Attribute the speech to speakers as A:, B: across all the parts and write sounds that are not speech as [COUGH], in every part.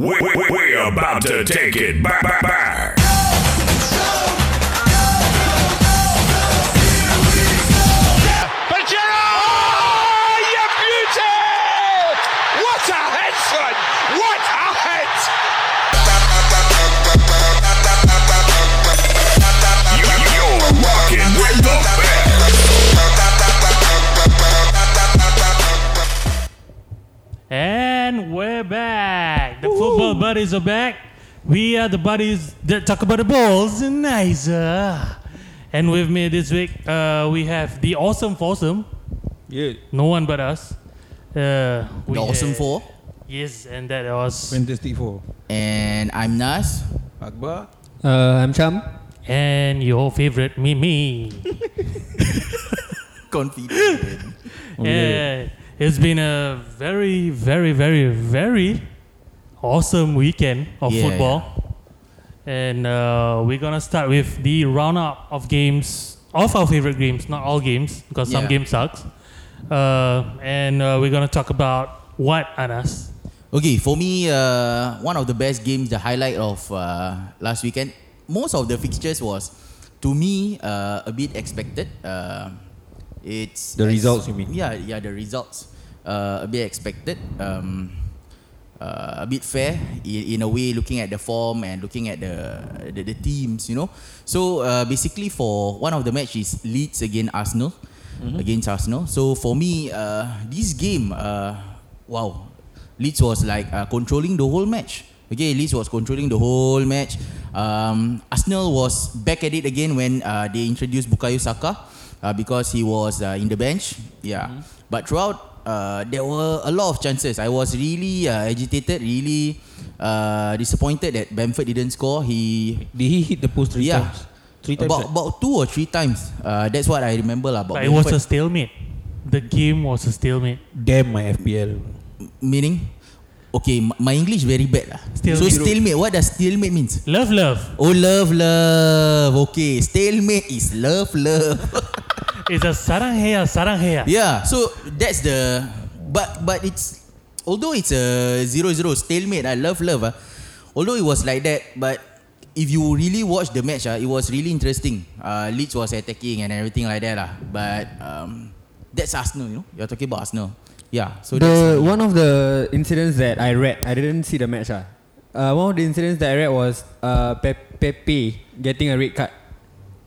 A: We, we, we're about to take it back. back, back.
B: Pajero! Oh, you beauty! What a head, son! What a head!
A: You, you're rocking with the best.
C: And we're back. The football buddies are back. We are the buddies that talk about the balls and nicer. And with me this week, uh, we have the awesome foursome.
D: Yeah.
C: No one but us. Uh, we
E: the Awesome
C: had-
E: Four.
C: Yes, and that was.
D: Fantastic Four.
E: And I'm Nas.
D: Akbar.
F: Uh, I'm Cham.
C: And your favorite, Mimi.
E: Confident.
C: yeah. It's been a very, very, very, very awesome weekend of
E: Yeah,
C: football. And uh, we're going to start with the roundup of games, of our favorite games, not all games, because some
E: Yeah.
C: games sucks. Uh, and uh, we're going to talk about what, Anas?
E: okay, for me, uh, one of the best games, the highlight of uh, last weekend, most of the fixtures was, to me, uh, a bit expected. Uh, it's
D: The results, you mean?
E: Yeah, yeah, the results. Uh, a bit expected. Um, uh, a bit fair in, in a way looking at the form and looking at the the, the teams you know so uh, basically for one of the match is Leeds against Arsenal
D: Mm-hmm.
E: against Arsenal so for me uh, this game uh, wow Leeds was like uh, controlling the whole match okay Leeds was controlling the whole match um, Arsenal was back at it again when uh, they introduced Bukayo Saka uh, because he was uh, in the bench. Yeah,
D: Mm-hmm.
E: but throughout uh, there were a lot of chances. I was really uh, agitated, really uh, disappointed that Bamford didn't score. He
D: Did he hit the post three
E: Yeah.
D: times? Three times.
E: about,
D: right?
E: about two or three times. Uh, that's what I remember lah. About
C: But it was a
E: Bamford.
C: stalemate. The game was a stalemate.
D: Damn my FPL.
E: meaning. Okay, m- my English very bad lah.
C: Stalemate.
E: So stalemate. What does stalemate means?
C: Love, love.
E: Oh love love. Okay, stalemate is love love.
C: It's a sarang hair, sarang hair.
E: [LAUGHS] Yeah, so that's the but but it's although it's a zero zero stalemate. I love love. ah. Although it was like that, but if you really watch the match, ah, it was really interesting. Uh, Leeds was attacking and everything like that, lah. But um, that's Arsenal, you know. You're talking about Arsenal. Yeah. So
F: The
E: that's,
F: one of the incidents that I read, I didn't see the match. Ah, uh, one of the incidents that I read was uh, Pe- Pepe getting a red card.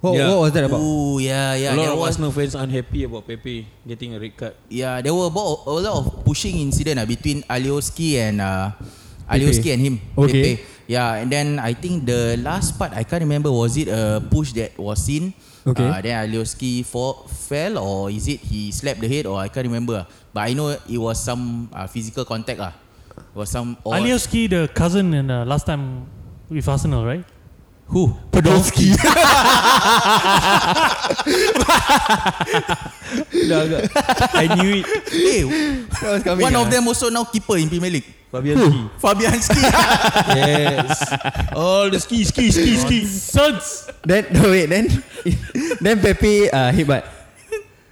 F: What,
D: Yeah.
F: what was that about?
E: Oh yeah, yeah.
D: a lot
E: There
D: of
E: was
D: Arsenal fans unhappy about Pepe getting a red card.
E: yeah. There were about a lot of pushing incident ah, between Alioski and uh, Alioski and him.
F: Okay.
E: Pepe. Yeah, and then I think the last part I can't remember was it a push that was seen.
F: Okay.
E: Uh, then Alioski fall, fell or is it he slapped the head or I can't remember. uh. But I know it was some uh, physical contact lah. It was some or
C: Alioski, the cousin in uh, last time with Arsenal, right?
E: who?
F: Podolski.
D: [LAUGHS]
E: [LAUGHS]
D: I knew it.
E: Hey,
F: that was coming.
E: one
F: ah.
E: of them also now keeper in Premier League.
D: Fabianski.
E: Fabianski.
D: yes. All the ski, ski, ski, ski.
C: Sons!
F: [LAUGHS] Then no wait. Then [LAUGHS] then Pepe uh, headbutt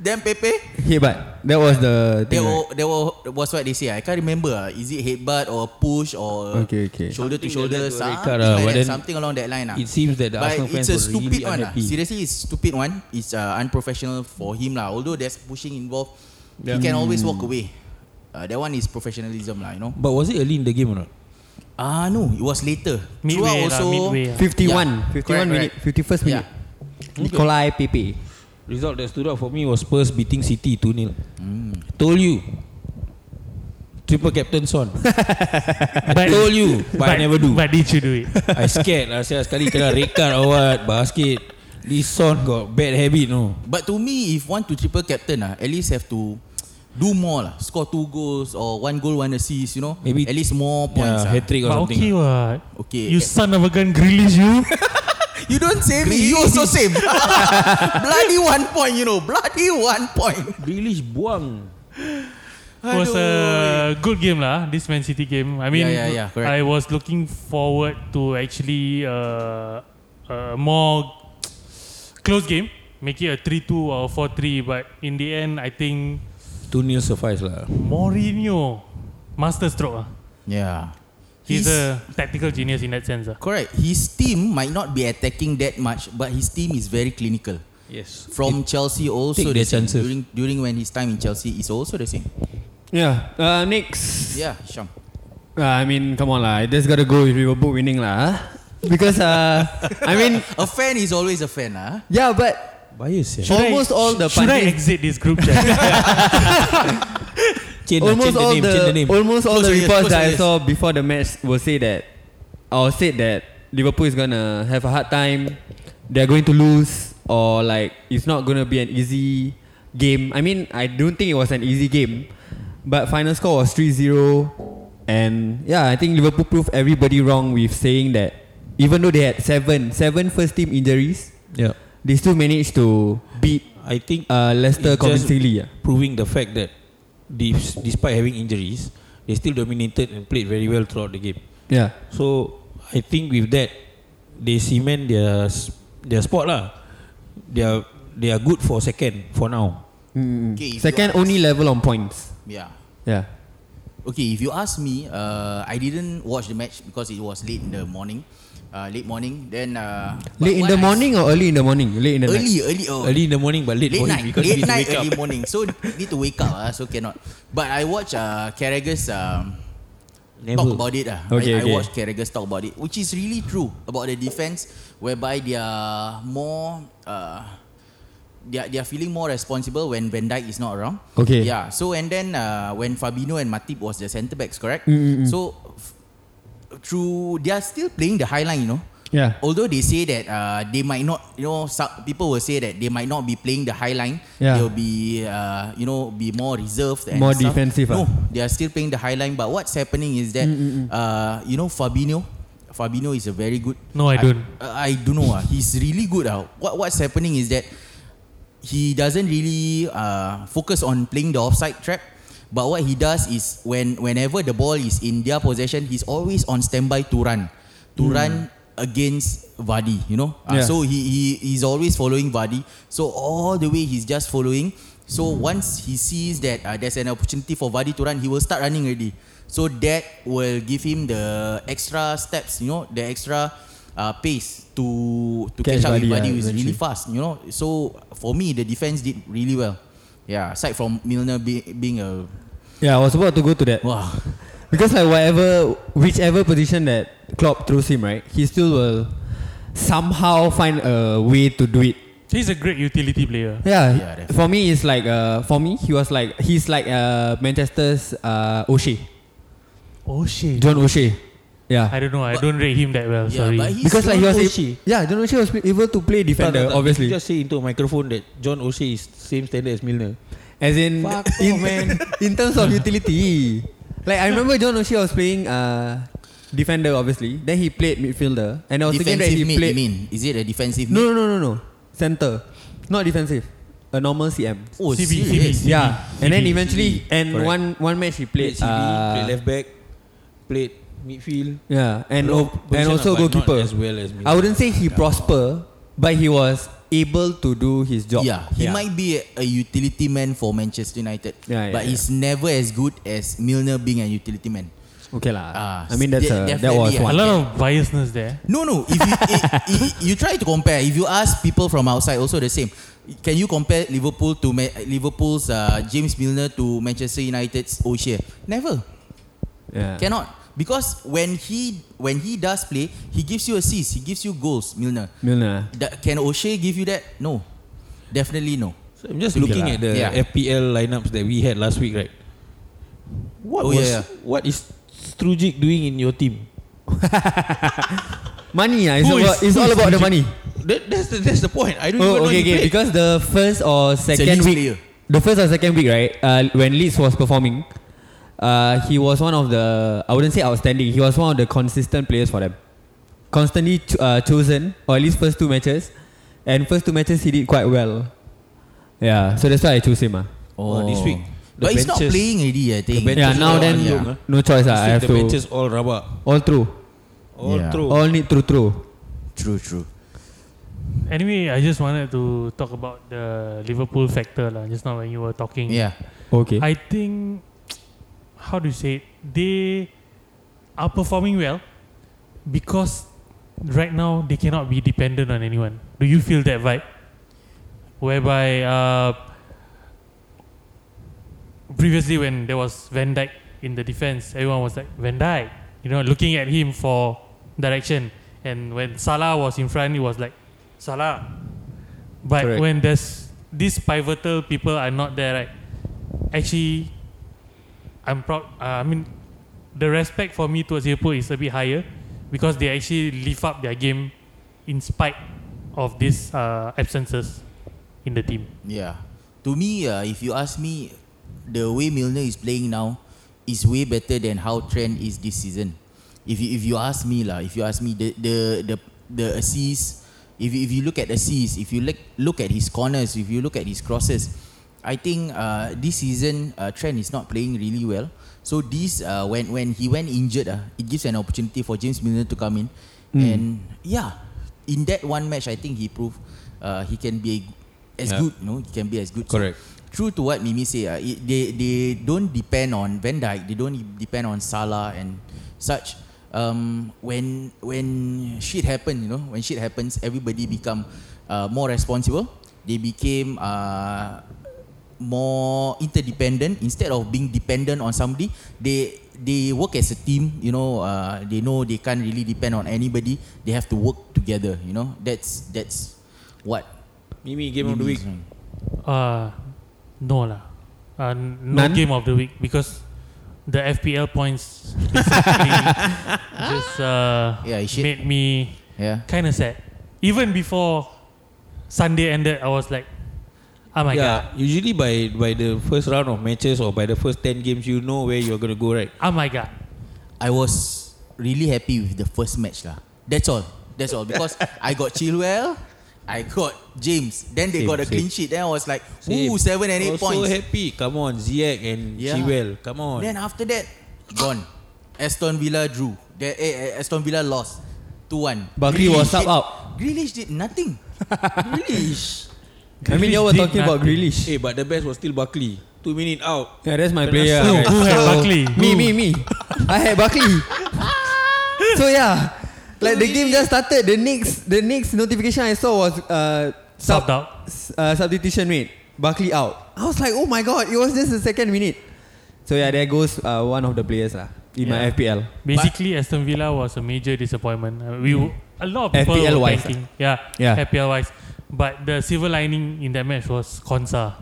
E: then Pepe.
F: headbutt. That was the
E: There
F: thing.
E: were
F: Right?
E: there were was what they say. I can't remember. ah. Is it headbutt or push or
F: Okay, okay.
E: shoulder to
D: Something
E: shoulder?
D: that led to a red
E: Something,
D: card, ah,
E: like
D: but
E: that,
D: then
E: something along that line. ah.
D: It seems that the
E: but
D: Arsenal
E: it's
D: fans
E: a
D: were
E: stupid
D: really
E: one. ah.
D: unhappy.
E: Seriously, it's stupid one. It's uh, unprofessional for him lah. Although there's pushing involved, he can always walk away. Uh, that one is professionalism lah. You know.
D: But was it early in the game or not?
E: Ah no, it was later. Throughout
C: Midway lah,
E: also,
C: midway lah.
F: Fifty-one.
E: Yeah,
F: Fifty-one
E: correct,
F: minute. Fifty-first
E: Yeah.
F: minute. Nikolai Pepe.
D: Result that stood out for me was Spurs beating City 2 0. Told you. Triple captain Son.
C: But-
D: Told you, [LAUGHS] but, I never do.
C: But did you do it?
D: I scared lah Saya sekali kena red card or what Basket This son got bad habit no
E: But to me, if want to triple captain, ah, at least have to do more lah. Score two goals or one goal, one assist. You know,
D: Maybe-
E: at least more points.
D: Yeah,
E: ah.
D: hat-trick or
C: But
D: something
C: okay what?
E: Okay.
C: You son of a gun, Grealish you.
E: You don't say me. [LAUGHS] You also same.
D: [LAUGHS]
E: bloody one point, you know. Bloody one point.
D: Grealish buang
C: It was a good game lah, this Man City game. I mean,
E: Yeah, yeah, yeah, correct.
C: I was looking forward to actually uh, a more close game. Make it a 3-2 or 4-3. But in the end, I think
D: 2 0 suffice lah
C: Mourinho, master stroke ah.
E: Yeah.
C: He's,
E: He's-
C: a tactical genius in that sense. ah.
E: Correct. His team might not be attacking that much, but his team is very clinical.
D: Yes.
E: From Chelsea also
D: Take
E: the
D: their
E: same.
D: chances.
E: during during when his time in Chelsea is also the same.
F: Yeah. Uh, next.
E: Yeah, Hisham.
F: Uh, I mean, come on lah. That's gotta go with Liverpool winning lah. huh? Because uh, [LAUGHS] I mean,
E: A fan is always a fan, ah.
F: yeah, but
D: Bias ya.
C: Should I-
F: Almost all the
C: Should I
F: punches-
C: exit this group chat?
D: Change, change
F: almost
D: the
F: all
D: name,
F: the,
D: change the name.
F: almost all
E: Close
F: the
E: your ears,
F: reports
E: close
F: that
E: your
F: I
E: ears.
F: saw before the match will say that or said that Liverpool is gonna have a hard time. They're going to lose or like it's not gonna be an easy game. I mean, I don't think it was an easy game, but final score was 3-0 and yeah, I think Liverpool proved everybody wrong with saying that even though they had seven seven first team injuries,
D: yeah.
F: they still managed to beat
D: I think
F: uh, Leicester
D: It's just-
F: convincingly. Yeah.
D: proving the fact that dis- despite having injuries, they still dominated and played very well throughout the game.
F: yeah.
D: So I think with that, they cement their s- their spot lah. They are they are good for second for now. Hmm.
E: Okay, if
F: Second
E: you ask,
F: only level on points.
E: Yeah.
F: Yeah.
E: Okay, if you ask me, uh, I didn't watch the match because it was late in the morning. Uh, late morning. Then uh, but
F: Late in
E: what
F: the
E: I-
F: morning or early in the morning? Late in the
E: Early,
F: night.
E: early, oh.
D: Early in the morning but late,
E: Late
D: morning
E: night,
D: because
E: late
D: we need
E: night,
D: to wake
E: early
D: up.
E: morning. So need to wake up, ah, so cannot. But I watch uh, Carragher's um, talk
D: Never.
E: about it. ah.
F: Okay,
E: I,
F: okay.
E: I watched Carragher's talk about it, which is really true about the defense, whereby they are more. Uh, they are, they are feeling more responsible when Van Dijk is not around.
F: Okay.
E: Yeah. So and then uh, when Fabinho and Matip was the centre backs,
D: Mm,
E: correct? So f- through they are still playing the high line, you know.
F: Yeah.
E: Although they say that uh, they might not, you know, some people will say that they might not be playing the high line.
F: Yeah.
E: They'll be, uh, you know, be more reserved and
F: More
E: stuff.
F: defensive,
E: No,
F: ah. Mm,
E: they are still playing the high line. But what's happening is that, uh, you know, Fabinho, Fabinho is a very good.
C: No, I don't.
E: I, I don't know. Ah, he's really good. Ah, what what's happening is that he doesn't really uh, focus on playing the offside trap. But what he does is when whenever the ball is in their possession, he's always on standby to run, to run against Vardy. You know, Ah,
F: Yeah.
E: so he, he he's always following Vardy. So all the way he's just following. So once he sees that uh, there's an opportunity for Vardy to run, he will start running already. So that will give him the extra steps, you know, the extra uh, pace to to
F: Catch
E: catch, up with
F: Vardy,
E: Vardy.
F: yeah,
E: who's really
F: eventually.
E: fast, you know. So for me, the defense did really well. Yeah, aside from Milner be, being a
F: Yeah, I was about to go to that.
E: wow,
F: Because like whatever whichever position that Klopp throws him, right? He still will somehow find a way to do it.
C: [LAUGHS] He's a great utility player.
F: Yeah.
E: definitely.
F: for me it's like uh for me he was like he's like uh Manchester's uh O'Shea.
C: Oh shit.
F: John O'Shea.
C: I
F: Yeah.
C: don't know. I don't rate him that well.
E: yeah,
C: sorry.
E: but he's
F: Because like he was
D: John
F: ab-
D: O'Shea.
F: Yeah, John O'Shea was able to play defender,
D: Tak, tak, tak.
F: obviously.
D: Just say into a microphone that John O'Shea is same standard as Milner.
F: As in,
D: Fuck
F: [LAUGHS] in,
D: off, man.
F: in terms of utility. Like I remember John O'Shea was playing uh, defender obviously. Then he played midfielder. And I was thinking that
E: defensive
F: he
E: mid. You
F: played
E: mean is it a defensive
F: No
E: mid?
F: no no no no. Center. Not defensive. A normal CM.
E: Oh,
C: CB,
E: serious?
C: CB.
F: Yeah. And then
C: CB.
F: eventually and
D: Correct.
F: one one match he
D: Played
F: played
D: CB, played
F: uh,
D: left back, played midfield.
F: Yeah, and
D: A lot
F: o-
D: of
F: and
D: position
F: also
D: lah, but not
F: goalkeeper.
D: as well as Milner.
F: I wouldn't say he prosper, but he was able to do his job.
E: Yeah, he might be a, a utility man for Manchester United,
F: Yeah, yeah,
E: but
F: yeah.
E: he's never as good as Milner being a utility man.
F: Okay lah.
E: Ah,
F: I mean that's
E: de-
F: a, that was
E: definitely,
C: a
F: one.
E: yeah.
C: lot of biasness there.
E: No, no. If you, [LAUGHS] i i you try to compare, if you ask people from outside, also the same. Can you compare Liverpool to Ma- Liverpool's uh, James Milner to Manchester United's O'Shea? Never.
F: Yeah.
E: Cannot. Because when he when he does play, he gives you assists, he gives you goals, Milner.
F: Milner.
E: That- can O'Shea give you that? No. Definitely no.
D: So I'm just looking
F: lah.
D: at the
E: Yeah.
D: FPL lineups that we had last week, right? What
E: Oh,
D: was
E: yeah, yeah.
D: what is Strujic doing in your team?
F: Money, ah, it's,
C: Who is-
F: about, it's
C: who
F: all
C: is
F: about the
C: Fiji?
F: money.
D: That, that's the that's the point. I don't even
F: Oh,
D: know
F: okay,
D: he
F: okay.
D: played.
F: Because the first or second
E: Leeds
F: week,
E: player.
F: the first or second week, right? Uh, when Leeds was performing, uh, he was one of the I wouldn't say outstanding. He was one of the consistent players for them, constantly cho- uh, chosen or at least first two matches, and first two matches he did quite well. Yeah, so that's why I choose him. Ah,
D: Oh, this week, the
E: But he's not
D: benches-
E: playing already, I think.
D: benches
F: yeah.
D: all
F: Now then,
D: unlocked, ah.
F: no choice. Ah, I have
D: the
F: to Oh.
D: benches all rubber,
F: all through,
D: all
E: Yeah.
D: through.
F: all need through through.
E: True, true.
C: Anyway, I just wanted to talk about the Liverpool factor lah. Just now when you were talking.
E: Yeah.
F: Okay.
C: I think how do you say it? They are performing well because right now they cannot be dependent on anyone. Do you feel that vibe? Whereby uh, previously when there was Van Dyke in the defense, everyone was like Van Dyke, you know, looking at him for direction. And when Salah was in front, it was like Salah. But
F: Correct.
C: when there's these pivotal people are not there, right? Actually, I'm proud. Uh, I mean, the respect for me towards Liverpool is a bit higher because they actually lift up their game in spite of these uh, absences in the team.
E: Yeah. To me, uh, if you ask me, the way Milner is playing now is way better than how Trent is this season. If you, if you ask me lah, if you ask me the the the the assists, if you, if you look at assists, if you look look at his corners, if you look at his crosses, I think uh, this season uh, Trent is not playing really well. So this uh, when when he went injured, uh, it gives an opportunity for James Milner to come in, and yeah, in that one match, I think he proved uh, he can be as
D: Yeah.
E: good you know, it can be as good.
D: Correct.
E: So, true to what Mimi say, uh, it, they they don't depend on Van Dijk, they don't depend on Salah and such. Um, when when shit happen, you know, when shit happens, everybody become uh, more responsible. They became uh, more interdependent instead of being dependent on somebody. They they work as a team, you know. Uh, they know they can't really depend on anybody. They have to work together, you know. That's that's what
D: Mimi game of the week.
F: Mm-hmm.
C: Uh, no lah. Uh, n- no
F: None?
C: game of the week because the FPL points basically just uh,
E: Yeah, it should-
C: made me
E: yeah.
C: kind of sad. Even before Sunday ended, I was like, oh my god,
D: yeah, usually by by the first round of matches or by the first 10 games you know where you're going to go, right?
C: oh my god.
E: I was really happy with the first match lah. That's all. That's all because I got Chilwell, I got James. Then they
D: Same,
E: got a
D: same.
E: clean sheet. Then I was like, ooh,
D: Same.
E: seven and eight
D: also
E: points.
D: happy. Come on, Ziyech and
E: Yeah.
D: Chilwell. Come on.
E: Then after that, gone. Aston Villa drew. They, eh, eh, Aston Villa lost two one.
F: Bakri was sub out.
E: Grealish did nothing. Grealish.
F: I mean, you all were
C: Grealish did
F: talking about
C: nothing.
F: Grealish.
D: hey, but the best was still Buckley. Two minutes out.
F: Yeah, that's my player.
D: Who-
F: guys.
C: who had
F: So,
C: Barkley?
F: Me,
C: Who?
F: me, me. I had
C: [LAUGHS]
F: Buckley. so yeah, like the game just started. The next, the next notification I saw was uh,
C: Subbed out.
F: s- uh, substitution made Buckley out. I was like, oh my god, it was just the second minute. So yeah, there goes uh, one of the players lah in my
C: Yeah.
F: FPL.
C: Basically, Aston Villa was a major disappointment. Uh, we w- a lot of people
F: FPL
C: were
F: wise,
C: thinking, yeah,
F: Yeah.
C: FPL wise. But the silver lining in that match was Konsa.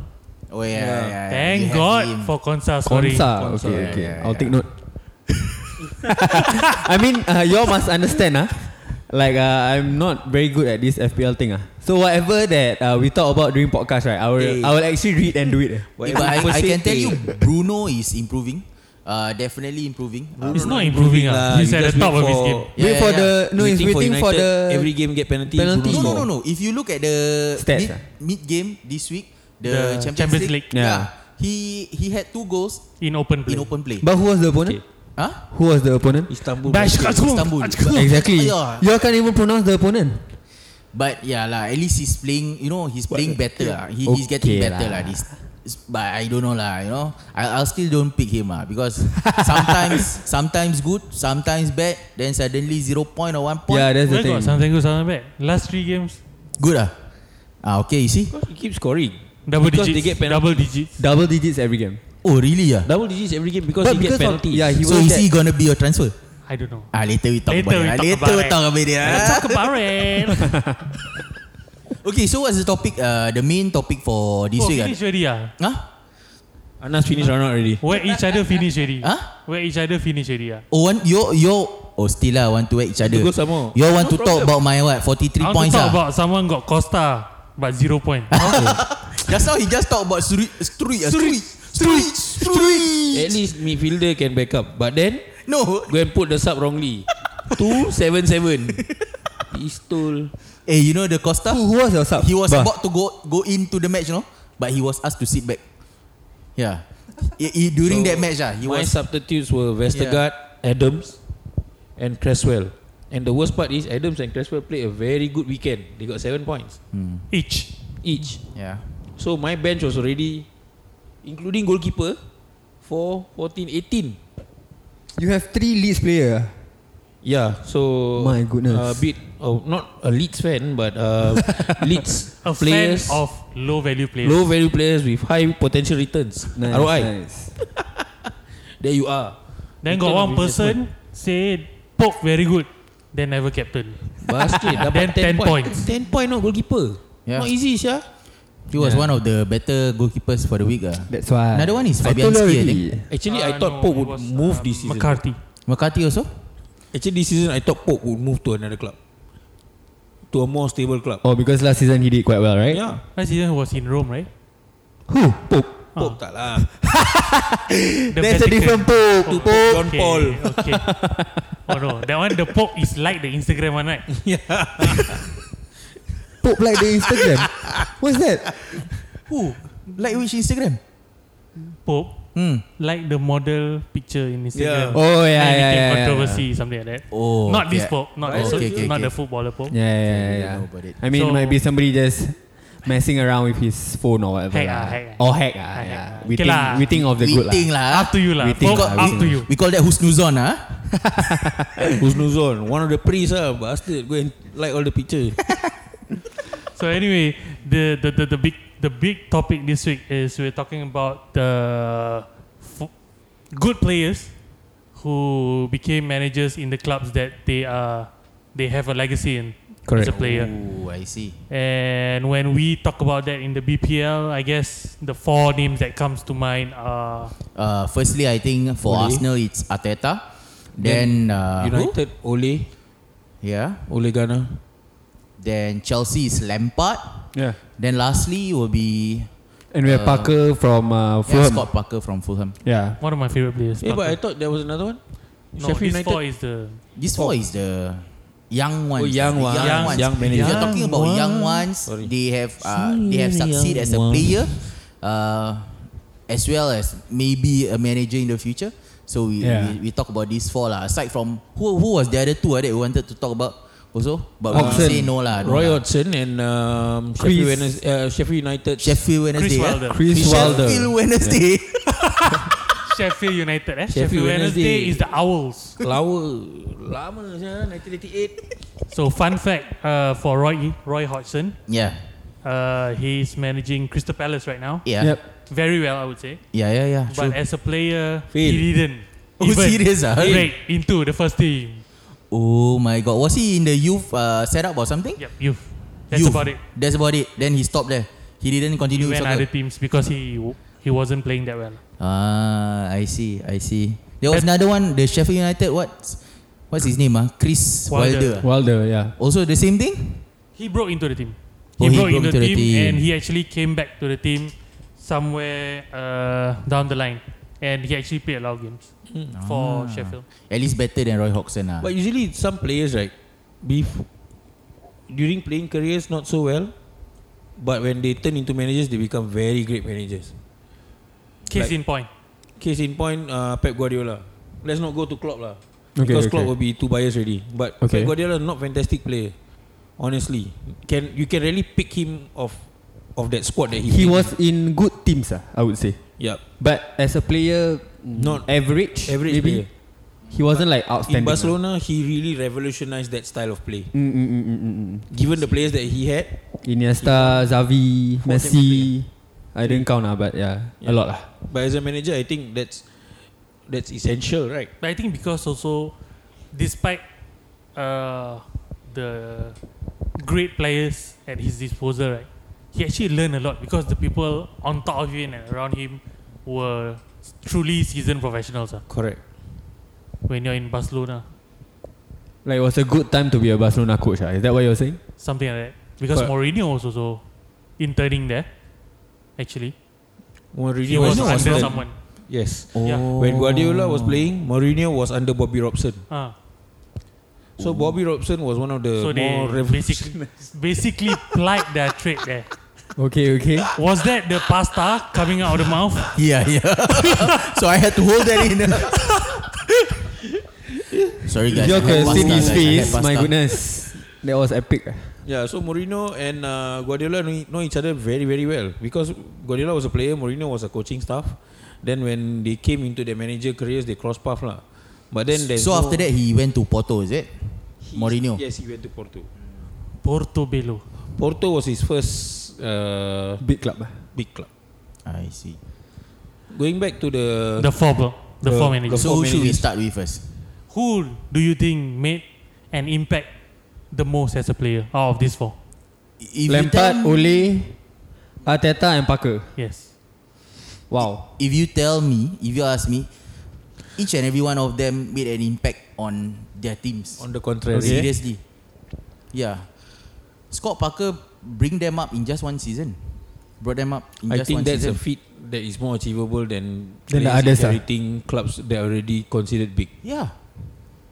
E: Oh yeah. yeah. yeah, yeah. You
C: Thank
E: have
C: God
E: him.
C: for Konsa. Sorry,
F: Konsa. Okay, okay. I'll take note. [LAUGHS] I mean, uh, you all must understand, ah. Like uh, I'm not very good at this FPL thing, ah. So whatever that uh, we talk about during podcast, right? I will,
D: Eh.
F: I will actually read and do it. eh.
E: Eh, but I,
D: Whatever
E: I
D: people
E: can
D: say,
E: tell you,
D: eh.
E: Bruno is improving. Uh, definitely improving. Uh,
C: He's not improving.
D: lah.
C: Uh, he's
D: You
C: at
D: just
C: the top of
D: wait
C: his
D: for-
C: game.
F: wait
E: Yeah,
F: for
E: yeah,
F: the Uh, no, he's waiting for, the
D: United, every game get penalty.
F: penalty.
D: Bruno
E: No,
D: score.
E: no, no, no. If you look at the
F: Stats,
E: mid,
F: ah.
E: mid game this week,
C: The
E: the, Champions,
C: Champions
E: League,
C: League.
F: Yeah.
E: he he had two goals
C: in open play.
E: in open play.
F: But who was the opponent?
E: huh?
F: Who was the opponent?
D: Istanbul.
C: Bashkatov.
E: Istanbul.
F: Exactly.
E: Yeah.
F: You all can't even pronounce the opponent.
E: But yeah lah, at least he's playing. You know, he's
C: uh,
E: playing better. lah. He, he's getting
F: Okay
E: better
F: lah.
E: lah. This, but I don't know lah. You know, I I still don't pick him ah because [LAUGHS] sometimes sometimes good, sometimes bad. Then suddenly zero point or one point.
F: Yeah, that's the
C: Where
F: thing.
C: got something good, something bad. Last three games,
E: good ah. Ah okay, you see.
D: Because he keeps scoring.
C: double
D: because
C: digits.
D: They get penalty.
C: double digits.
F: Double digits every game.
E: Oh really ah.
D: Double digits every game because he
F: But because
D: get
F: of-
D: penalties.
F: yeah, he
E: So
F: was
E: is
F: that-
E: he gonna be your transfer?
C: I don't know.
E: Ah, later we talk
C: Later we
E: about it.
C: talk
E: ah. later
C: about
E: we
C: it.
E: talk about it.
C: Let's
E: ah.
C: talk about it.
E: Okay, so what's the topic? Uh, the main topic for this
C: oh,
E: week? ah?
C: finish already. Ah.
E: Huh?
D: Anas finished round out already.
C: Where each other finish already.
E: Huh?
C: Where each other finish already. Ah.
E: Oh, one, you you oh still lah want to whack each other.
D: Go some more.
E: You all want to talk about my what? Forty three
C: I want to
E: points
C: talk
E: ah.
C: about someone got Costa but zero point. [LAUGHS]
E: Just now he just talk about street street ah, street street
D: At
E: street.
D: least midfielder can back up. But then,
E: No.
D: go and put the sub wrongly.
F: [LAUGHS]
D: 277. Pistol.
E: Eh, you know the Costa?
F: Who, who was your sub?
E: He was
F: Bah.
E: about to go go into the match, you know, but he was asked to sit back. Yeah. He, he, during
D: So,
E: that match ah, he
D: My
E: was
D: substitutes were Vestergaard, Adams, and Cresswell. And the worst part is Adams and Cresswell played a very good weekend. They got seven points
C: Each.
D: each.
E: yeah.
D: So my bench was already, including goalkeeper, for 14, 18.
F: You have three Leeds player.
D: Yeah, so uh,
F: My goodness.
D: a bit of not a Leeds fan, but
F: [LAUGHS]
D: uh, Leeds
C: A
D: players,
C: fan of low value players.
D: low value players with high potential returns.
F: Nice,
D: ROI.
F: nice.
D: There you are.
C: Then got
D: Return
C: one
D: on investment.
C: person say poke very good, then never captain. [LAUGHS]
D: Basket
C: Then
D: dapat
C: 10
D: 10, point.
C: points.
D: 10 point not goalkeeper.
E: Yeah.
D: Not easy, Syah.
E: He was one of the better goalkeepers for the week. ah.
F: That's why.
E: Another one is eh?
F: I told you
E: Fabianski, I
F: already.
D: Actually, I
C: Uh,
D: thought
C: no,
D: Pope
C: it
D: would
C: was,
D: move
C: uh,
D: this season.
C: McCarthy.
E: McCarthy also?
D: Actually, this season I thought Pope would move to another club, to a more stable club.
F: Oh, because last season he did quite well, right?
D: Yeah,
C: Last season was in Rome, right?
F: Who? Pope.
D: Pope tak lah.
C: The
F: That's a
C: Vatican.
F: different Pope.
C: Oh,
F: Pope.
D: John Paul.
C: Okay. Oh no, that one the poke is like the Instagram one, right?
F: Pope like the [LAUGHS] Instagram. What's that?
E: Who? Like which Instagram?
C: Pope
E: Hmm.
C: like the model picture in Instagram.
D: Yeah.
F: Oh yeah,
C: Then
F: yeah,
C: became
F: yeah, yeah.
C: controversy, something like that.
E: Oh,
C: not this
E: okay.
C: Pope, not
E: Okay,
C: the,
E: okay,
C: not
E: okay.
C: the footballer Pope.
F: Yeah, yeah,
E: I
F: yeah.
E: don't
F: yeah.
E: know about it.
F: I mean,
C: So-
F: might be somebody just messing around with his phone or whatever.
C: Hack
F: lah.
C: ah, hack ah.
F: Or hack ah.
C: Hack
F: yeah.
C: ah.
F: We
C: Okay
F: think
C: lah.
F: we think of the
E: we
F: good
E: think
F: lah.
E: lah.
C: Up to you lah.
F: We think
C: Pope,
F: lah, we
C: up to you.
E: We call that Husnuzon ah.
D: Husnuzon, one of the priests lah, bastard. Go and like all the
C: [LAUGHS]
D: picture.
C: So anyway, the, the, the, the big the big topic this week is we're talking about the f- good players who became managers in the clubs that they are they have a legacy in
F: Correct.
C: as a player.
E: Oh, I see.
C: And when we talk about that in the BPL, I guess the four names that comes to mind are
E: Uh, firstly, I think for
D: Ole.
E: Arsenal it's Ateta. Then uh, who?
D: United, Ole,
E: Yeah.
D: Ole Ghana.
E: Then Chelsea is Lampard.
F: Yeah.
E: Then lastly will be
F: And we have Parker from uh,
E: yeah,
F: Fulham.
E: Scott Parker from Fulham.
F: Yeah.
C: one of my favorite players.
D: Yeah, Eh, but I
C: Parker.
D: thought there was another one.
C: no, this four is the
E: This four is the young ones.
D: Oh, young
E: the
D: ones. Young
E: If
D: manager.
E: you're talking about young ones,
D: Sorry.
E: they have uh, they have succeed as a
D: Young ones.
E: player, uh, as well as maybe a manager in the future. So we,
F: Yeah.
E: we, we talk about these four lah. Aside from who who was the other two ah, that we wanted to talk about also, but
F: Hodgson.
E: we say no lah. no
D: Roy
E: lah.
D: Hodgson and um, Sheffield,
F: Chris.
D: Wednes- uh, Sheffield United.
E: Sheffield
C: Chris
E: Wednesday. eh?
C: Wilder.
F: Chris Wilder.
E: Sheffield Wednesday.
C: Sheffield United. Eh? Sheffield,
D: Sheffield
C: Wednesday.
D: Wednesday.
C: is the Owls.
D: Lawa Lama ah, saya 1988
C: So fun fact uh, for Roy Roy Hodgson,
E: Yeah.
C: uh, he's managing Crystal Palace right now.
E: [LAUGHS] Yeah.
F: Yep.
C: Very well, I would say.
E: Yeah, yeah, yeah. True.
C: But as a player,
D: Fail.
C: he didn't.
E: Oh, serious ah?
C: Break into the first team.
E: oh my god. Was he in the youth uh, setup or something?
C: Yep, youth. That's
E: Youth.
C: about it.
E: That's about it. Then he stopped there. He didn't
C: He
E: continue with
C: went
E: soccer.
C: other teams because he w- he wasn't playing that well.
E: Ah, I see, I see. There was
C: Pep-
E: another one, the Sheffield United. What? What's his name? Ah, Chris
C: Wilder.
E: Wilder.
F: Wilder, yeah.
E: Also the same thing.
C: He broke into the team.
E: Oh,
C: He, broke, into, the, team,
E: team.
C: and he actually came back to the team somewhere uh, down the line. And he actually played a lot of games for Sheffield.
E: At least better than Roy Hodgson. Ah.
D: But usually some players right Beef During playing careers not so well But when they turn into managers They become very great managers
C: Case
D: Like-
C: in point.
D: Case in point uh, Pep Guardiola Let's not go to Klopp lah
F: Okay,
D: Because
F: okay.
D: Klopp will be too biased already But
F: Okay.
D: Pep Guardiola not fantastic player Honestly can You can really pick him off Of that squad that he
F: He
D: played
F: was in good teams, ah, I would say.
D: in. Yup
F: But as a player,
D: Not-
F: not average.
D: Average
F: maybe.
D: player
F: He wasn't like outstanding.
D: In Barcelona He really revolutionized that style of play
F: Mm, mm, mm, mm, mm, mm.
D: Given the players that he had
F: Iniesta, Xavi,
D: Four
F: Messi. I didn't count lah, but yeah, a lot lah.
D: But as a manager, I think that's that's essential, right?
C: But I think because also, despite uh, the great players at his disposal, right, he actually learned a lot because the people on top of him and around him were truly seasoned professionals. ah,
D: Correct.
C: when you're in Barcelona,
F: Like it was a good time to be a Barcelona coach. Ah. Is that what you're saying?
C: something like that. Because
D: But-
C: Mourinho was also interning there, actually. He
D: Mourinho
C: was
D: was, Oh.
E: Mourinho was
C: under
D: under
C: someone.
D: Yes.
C: Yeah.
E: Oh.
D: When Guardiola was playing, Mourinho was under Bobby Robson.
C: Ah,
D: So
E: Oh.
D: Bobby Robson was one of the
C: so
D: more
C: they basically,
D: revolutionary.
C: basically plied their trade there.
F: Okay, okay.
C: Was that the pasta coming out of the mouth?
E: yeah,
C: [LAUGHS]
E: yeah. so I had to hold that in. ah. Sorry guys.
F: You're
E: I had
F: cursing
E: pasta,
F: his
E: guys. I had
F: face. My
E: pasta.
F: goodness. That was epic. ah.
D: Yeah. So Mourinho and uh, Guardiola know, know each other very very well because Guardiola was a player, Mourinho was a coaching staff. Then when they came into their manager careers, they cross path lah. But then there's
E: So
D: no,
E: after that he went to Porto, is it? Mourinho.
D: Yes, he went to Porto.
C: Portobello.
D: Porto was his first uh,
F: Big club. lah.
D: big club.
E: I see.
D: Going back to the,
C: The former, the
D: the-
C: four manager.
E: So who
D: many
E: should we
D: years.
E: start with first?
C: Who do you think made an impact the most as a player out of these four?
E: If you
F: Lampard,
E: tell-
F: Ole, Arteta and Parker.
C: Yes.
F: Wow.
E: if you tell me, if you ask me, each and every one of them made an impact on their teams.
D: on the contrary,
E: Seriously. Yeah. Scott Parker bring them up in just one season. Brought them up in
D: I
E: just
D: think
E: one
D: that's
E: season.
D: a feat that is more achievable than
F: Than the
D: players
F: others, ah.
D: inheriting clubs that are already considered big.
E: yeah.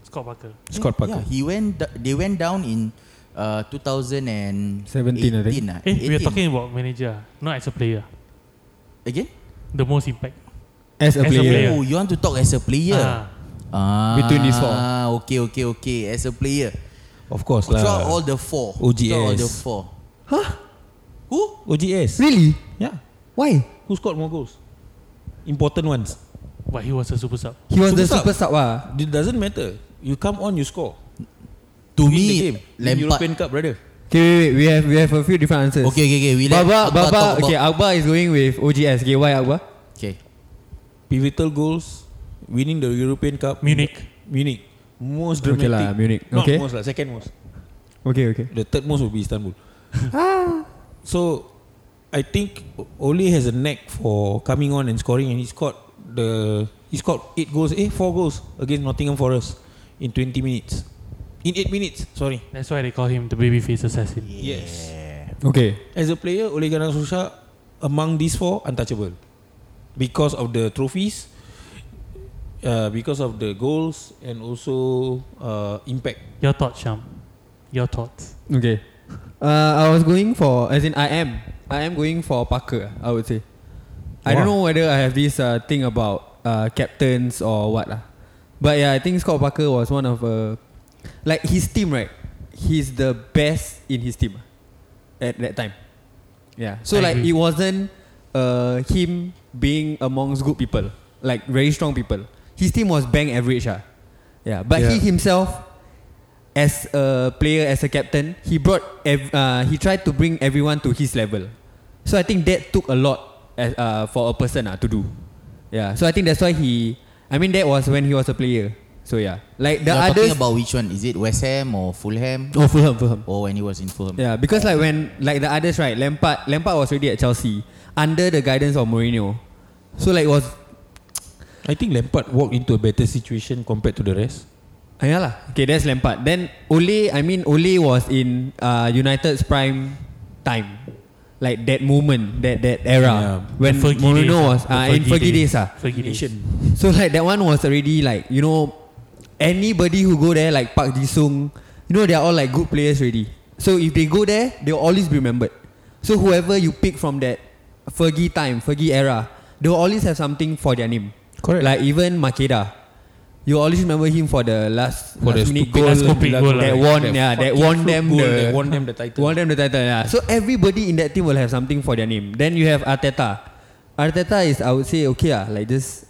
C: Scott Parker.
D: Scott Parker.
E: Yeah, he went d- they went down in uh 2017
F: 17, I think.
E: ah,
C: Eh, we are
E: 18.
C: talking about manager, not as a player.
E: again?
C: The most impact.
F: As a
C: As a
F: player.
C: player.
E: Oh, you want to talk as a player?
C: Ah.
E: Ah,
F: Between these four.
E: Okay, okay, okay. As a player.
D: Of course lah.
E: Throughout all the four.
D: OGS.
E: Throughout all the four.
D: Who? OGS.
F: Really?
D: Yeah.
F: Why?
D: Who scored more goals? Important ones.
C: But he was a super sub.
F: He was the
D: Super sub.
F: super sub ah.
D: It doesn't matter. You come on, you score. Win
E: To
D: the game.
E: me,
D: Win European
E: Lampard.
D: Cup, brother.
F: Okay, wait, wait, we have we have a few different answers.
E: Okay, okay, okay. We let Akbar
F: Baba, Baba,
E: talk about-
F: okay, Akbar is going with OGS. Okay, why Akbar?
E: okay.
D: Pivotal goals, winning the European Cup.
C: Munich.
D: Munich. Most
F: Okay
D: dramatic.
F: lah, Munich.
D: Not
F: Okay.
D: most lah, second most.
F: Okay, okay.
D: The third most would be Istanbul. [LAUGHS] so, I think Ole has a knack for coming on and scoring, and he scored the he scored eight goals, eh, four goals against Nottingham Forest in 20 minutes, in eight minutes. Sorry.
C: That's why they call him the babyface assassin.
D: Yes.
F: Okay.
D: As a player, Ole Gunnar Solskjaer among these four untouchable because of the trophies, uh, because of the goals, and also uh, impact.
C: Your thoughts, Sham. Your thoughts.
F: Okay. Uh, I was going for as in I am. I am going for Parker, I would say. I don't know whether I have this uh, thing about uh, captains or what lah. But yeah, I think Scott Parker was one of uh, like his team, right? He's the best in his team at that time. Yeah. So
C: I
F: like
C: agree.
F: it wasn't uh, him being amongst good people, like very strong people. His team was bang average, ah. Yeah. But he himself as a player, as a captain, he brought ev- uh, he tried to bring everyone to his level. So I think that took a lot as, uh, for a person uh, to do. Yeah. So I think that's why he. I mean that was when he was a player. So yeah, like the
E: You're
F: others.
E: talking about which one? Is it West Ham or Fulham?
F: oh, Fulham, Fulham.
E: Or when he was in Fulham?
F: Yeah, because like when like the others right, Lampard Lampard was already at Chelsea under the guidance of Mourinho. So like it was
D: I think Lampard walked into a better situation compared to the rest.
F: Ah, yeah lah. Okay, that's Lampard. Then Ole, I mean Ole was in uh, United's prime time. Like that moment, that that era
D: Yeah.
F: when
C: The Fergie
F: Mourinho was
C: days, ah.
F: uh,
C: The
F: in Fergie days. ah.
C: Fergie days.
F: So like that one was already like you know anybody who go there like Park Ji Sung, you know they are all like good players already. So if they go there, they'll always be remembered. So whoever you pick from that Fergie time, Fergie era, they'll always have something for their name.
D: Correct.
F: Like even Makeda, you always remember him for the last
D: For the
F: last minute
D: stupid-
F: goal,
C: last stupid goal
F: that
C: lah.
F: won,
D: That
F: yeah, that
D: fucking
F: won
D: fluke
F: them
D: goal
F: the
D: that won them the title.
F: won them the title. Yeah. So everybody in that team will have something for their name. Then you have Arteta. Arteta is I would say okay ah, like just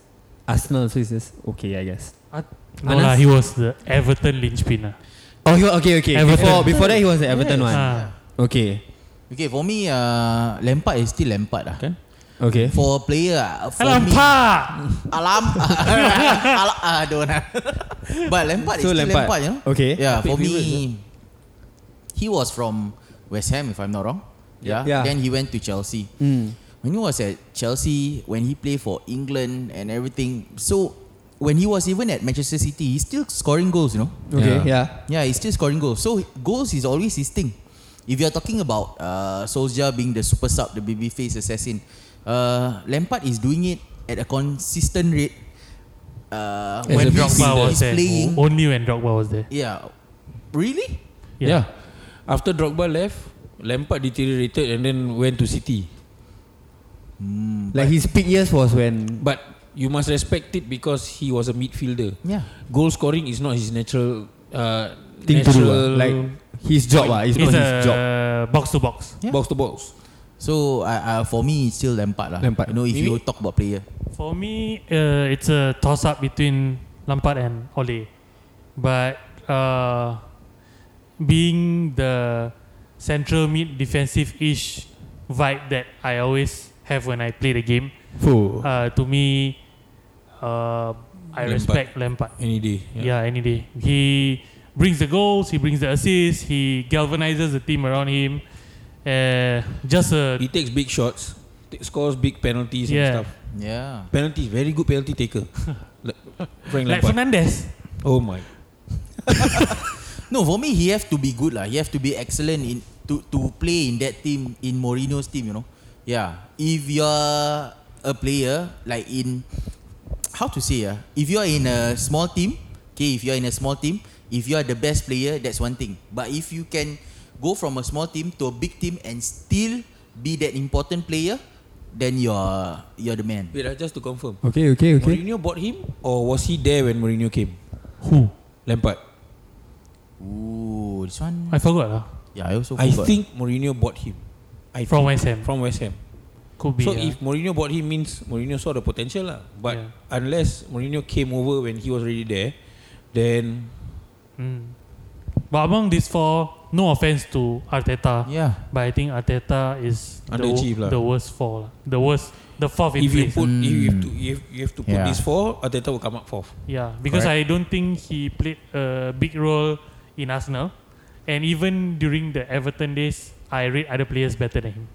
F: Arsenal, so it's just okay, I guess.
C: Ah, No
F: Anas?
C: lah, he was the Everton linchpin. ah. lah.
F: Oh, he, wa- okay, okay.
C: Everton.
F: Before before that, he was the Everton one.
C: Ah.
F: Okay,
E: Okay, for me, uh, Lampard is still Lampard lah.
D: Okay.
F: okay.
E: For a player, ah, for me,
C: Lampard!
F: [LAUGHS]
E: alam, alam, ah, don't. ah. But Lampard is
F: So
E: still
F: Lampard,
E: Lampard, you know.
F: okay.
E: Yeah,
D: Tapi
E: for
D: viewers,
E: me, he was from West Ham, if I'm not wrong. Yeah.
F: Yeah.
E: Then he went to Chelsea.
F: Mm,
E: When he was at Chelsea, when he played for England and everything, so when he was even at Manchester City, he's still scoring goals, you know.
F: Okay, yeah.
E: Yeah, he's still scoring goals. So goals is always his thing. If you're talking about uh, Solskjaer being the super sub, the babyface assassin, uh, Lampard is doing it at a consistent rate. Uh,
D: As a
E: when he's,
D: big Oh.
C: Drogba
D: He's-
C: was
E: he's
C: there.
E: playing,
C: Only when Drogba was there.
E: yeah, really?
C: Yeah.
D: After Drogba left, Lampard deteriorated and then went to City.
F: Like his peak years was when
D: But you must respect it because he was a midfielder.
E: Yeah.
D: Goal scoring is not his natural uh,
F: thing to do, ah.
D: natural
F: like his job ah. It's
C: It's
F: not his job.
C: a box to box.
E: Yeah.
D: box to box.
E: So uh, uh, for me, it's still Lampard lah. You
F: Lampard.
E: know, if
D: Maybe-
E: you talk about player,
C: For me, uh, it's a toss up between Lampard and Ole. But uh, being the central mid defensive-ish vibe that I always have when I play the game,
D: Fuh.
C: uh, to me, uh, I
D: Lampard.
C: respect Lampard.
D: Any day. Yeah.
C: Yeah. any day. He brings the goals, he brings the assists, he galvanizes the team around him. Uh, just a
D: He takes big shots, t- scores big penalties
C: Yeah.
D: and stuff.
E: Yeah.
D: Penalties, very good penalty taker. like Frank
C: like
D: Lampard.
C: Fernandez.
D: oh my.
E: No, for me, he have to be good lah. He have to be excellent in to to play in that team in Mourinho's team. You know, yeah. If you're a player like in how to say ah, if you're in a small team, okay, if you're in a small team, if you are the best player, that's one thing. But if you can go from a small team to a big team and still be that important player, then you're you're the man.
D: Wait, ah, just to confirm.
F: Okay, okay, okay.
D: Mourinho bought him or was he there when Mourinho came?
C: Who?
D: Lampard.
E: Ooh, this one.
C: I forgot. lah.
E: Yeah, I also
D: I
E: forgot.
D: think Mourinho bought him. I
C: From
D: think.
C: West Ham.
D: From West Ham.
C: Could be.
D: So
C: yeah.
D: if Mourinho bought him means Mourinho saw the potential lah. But
C: Yeah.
D: unless Mourinho came over when he was already there, then
C: But among these four, no offense to Arteta.
E: Yeah.
C: But I think Arteta is the,
D: Underachieved lah.
C: the worst four. lah. The worst, the fourth in
D: if you
C: place.
D: put if you have to if you have to put
E: Yeah.
D: these four, Arteta will come up fourth.
C: yeah, because I don't think he played a big role in Arsenal. And even during the Everton days, I rate other players better than him.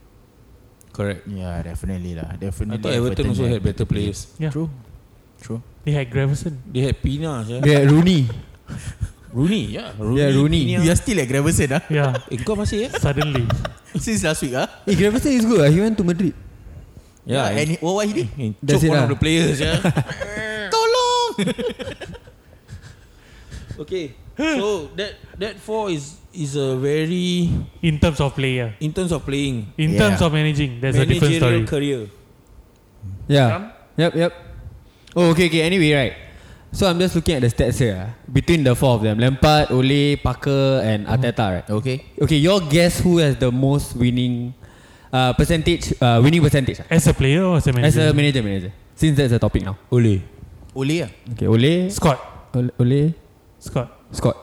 D: Correct.
E: Yeah, definitely lah. Definitely.
D: I thought Everton also had better players.
C: Yeah.
E: True. True.
C: They had Graverson.
D: They had Pina, yeah.
F: Dia Rooney.
D: Rooney, yeah. Rooney.
F: Yeah, Rooney.
D: Pina.
E: You are still at Graverson ah.
C: Yeah, [LAUGHS]
D: Eh, kau masih ya?
C: suddenly.
E: Since last week ah.
F: Eh, Gravenson is good. ah. He went to Madrid.
E: Yeah, and he, what, what he did?
D: he
F: That's
D: took
F: it
D: one
F: lah.
D: of the Ah, eh, players, [LAUGHS]
E: [LAUGHS]
D: yeah.
E: Tolong!
D: okay. So that that four is is a very
C: In terms of player.
D: in terms of playing
C: In
E: Yeah.
C: terms of managing, there's a different story.
D: managerial career.
F: Yeah. Yep, yep. Ya. Oh, okay, okay. Anyway, right. So I'm just looking at the stats here. ah. Between the four of them, Lampard, Ole, Parker, and Arteta, right?
E: Okay.
F: Okay, your guess who has the most winning uh, percentage, uh, winning percentage ah?
C: As a player or as a
F: as
C: manager?
F: a manager, manager. Since that's the topic now.
D: Ole.
E: Ole ah.
F: Okay, Ole,
C: Scott.
F: Ole, Ole
C: Scott.
F: Scott.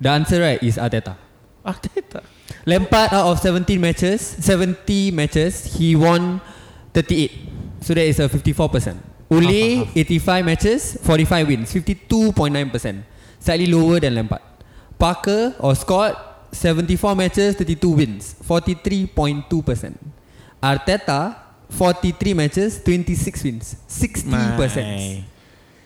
F: The answer right is Arteta.
D: Arteta.
F: Lampard out of 17 matches, 70 matches, he won 38. So that is a 54%. Ole 85 matches, 45 wins, 52.9%. Slightly lower than Lampard. Parker or Scott 74 matches, 32 wins, 43.2%. Arteta 43 matches, 26 wins, 60%.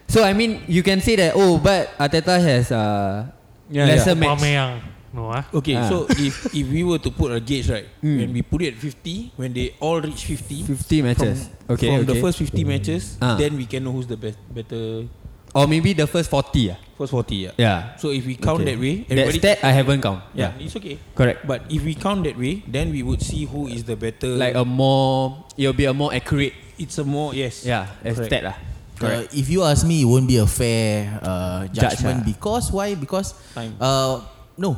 F: So I mean, you can say that oh, but Arteta has uh,
D: Yeah,
F: lesser
D: yeah.
F: match.
C: Aubameyang. No, ah.
D: Okay,
F: Ah. Hmm.
D: so if if we were to put a gauge, right? When we put it at 50, when they all reach 50,
F: 50 matches. okay,
D: from
F: okay.
D: the first 50 matches,
F: Ah.
D: then we can know who's the best, better
F: Or maybe the first 40 ah.
D: first 40. Yeah.
F: Yeah.
D: So if we count
F: Okay.
D: that way,
F: That
D: everybody.
F: stat I haven't count.
D: yeah, it's okay.
F: Correct.
D: But if we count that way, then we would see who is the better.
F: Like a more it'll be a more accurate
D: it's a more yes.
F: yeah, a
D: Correct.
F: stat ah. lah.
E: Uh, if you ask me, it won't be a fair uh,
F: Judge
E: judgment
F: ah.
E: because why? Because
D: Time.
E: Uh, no,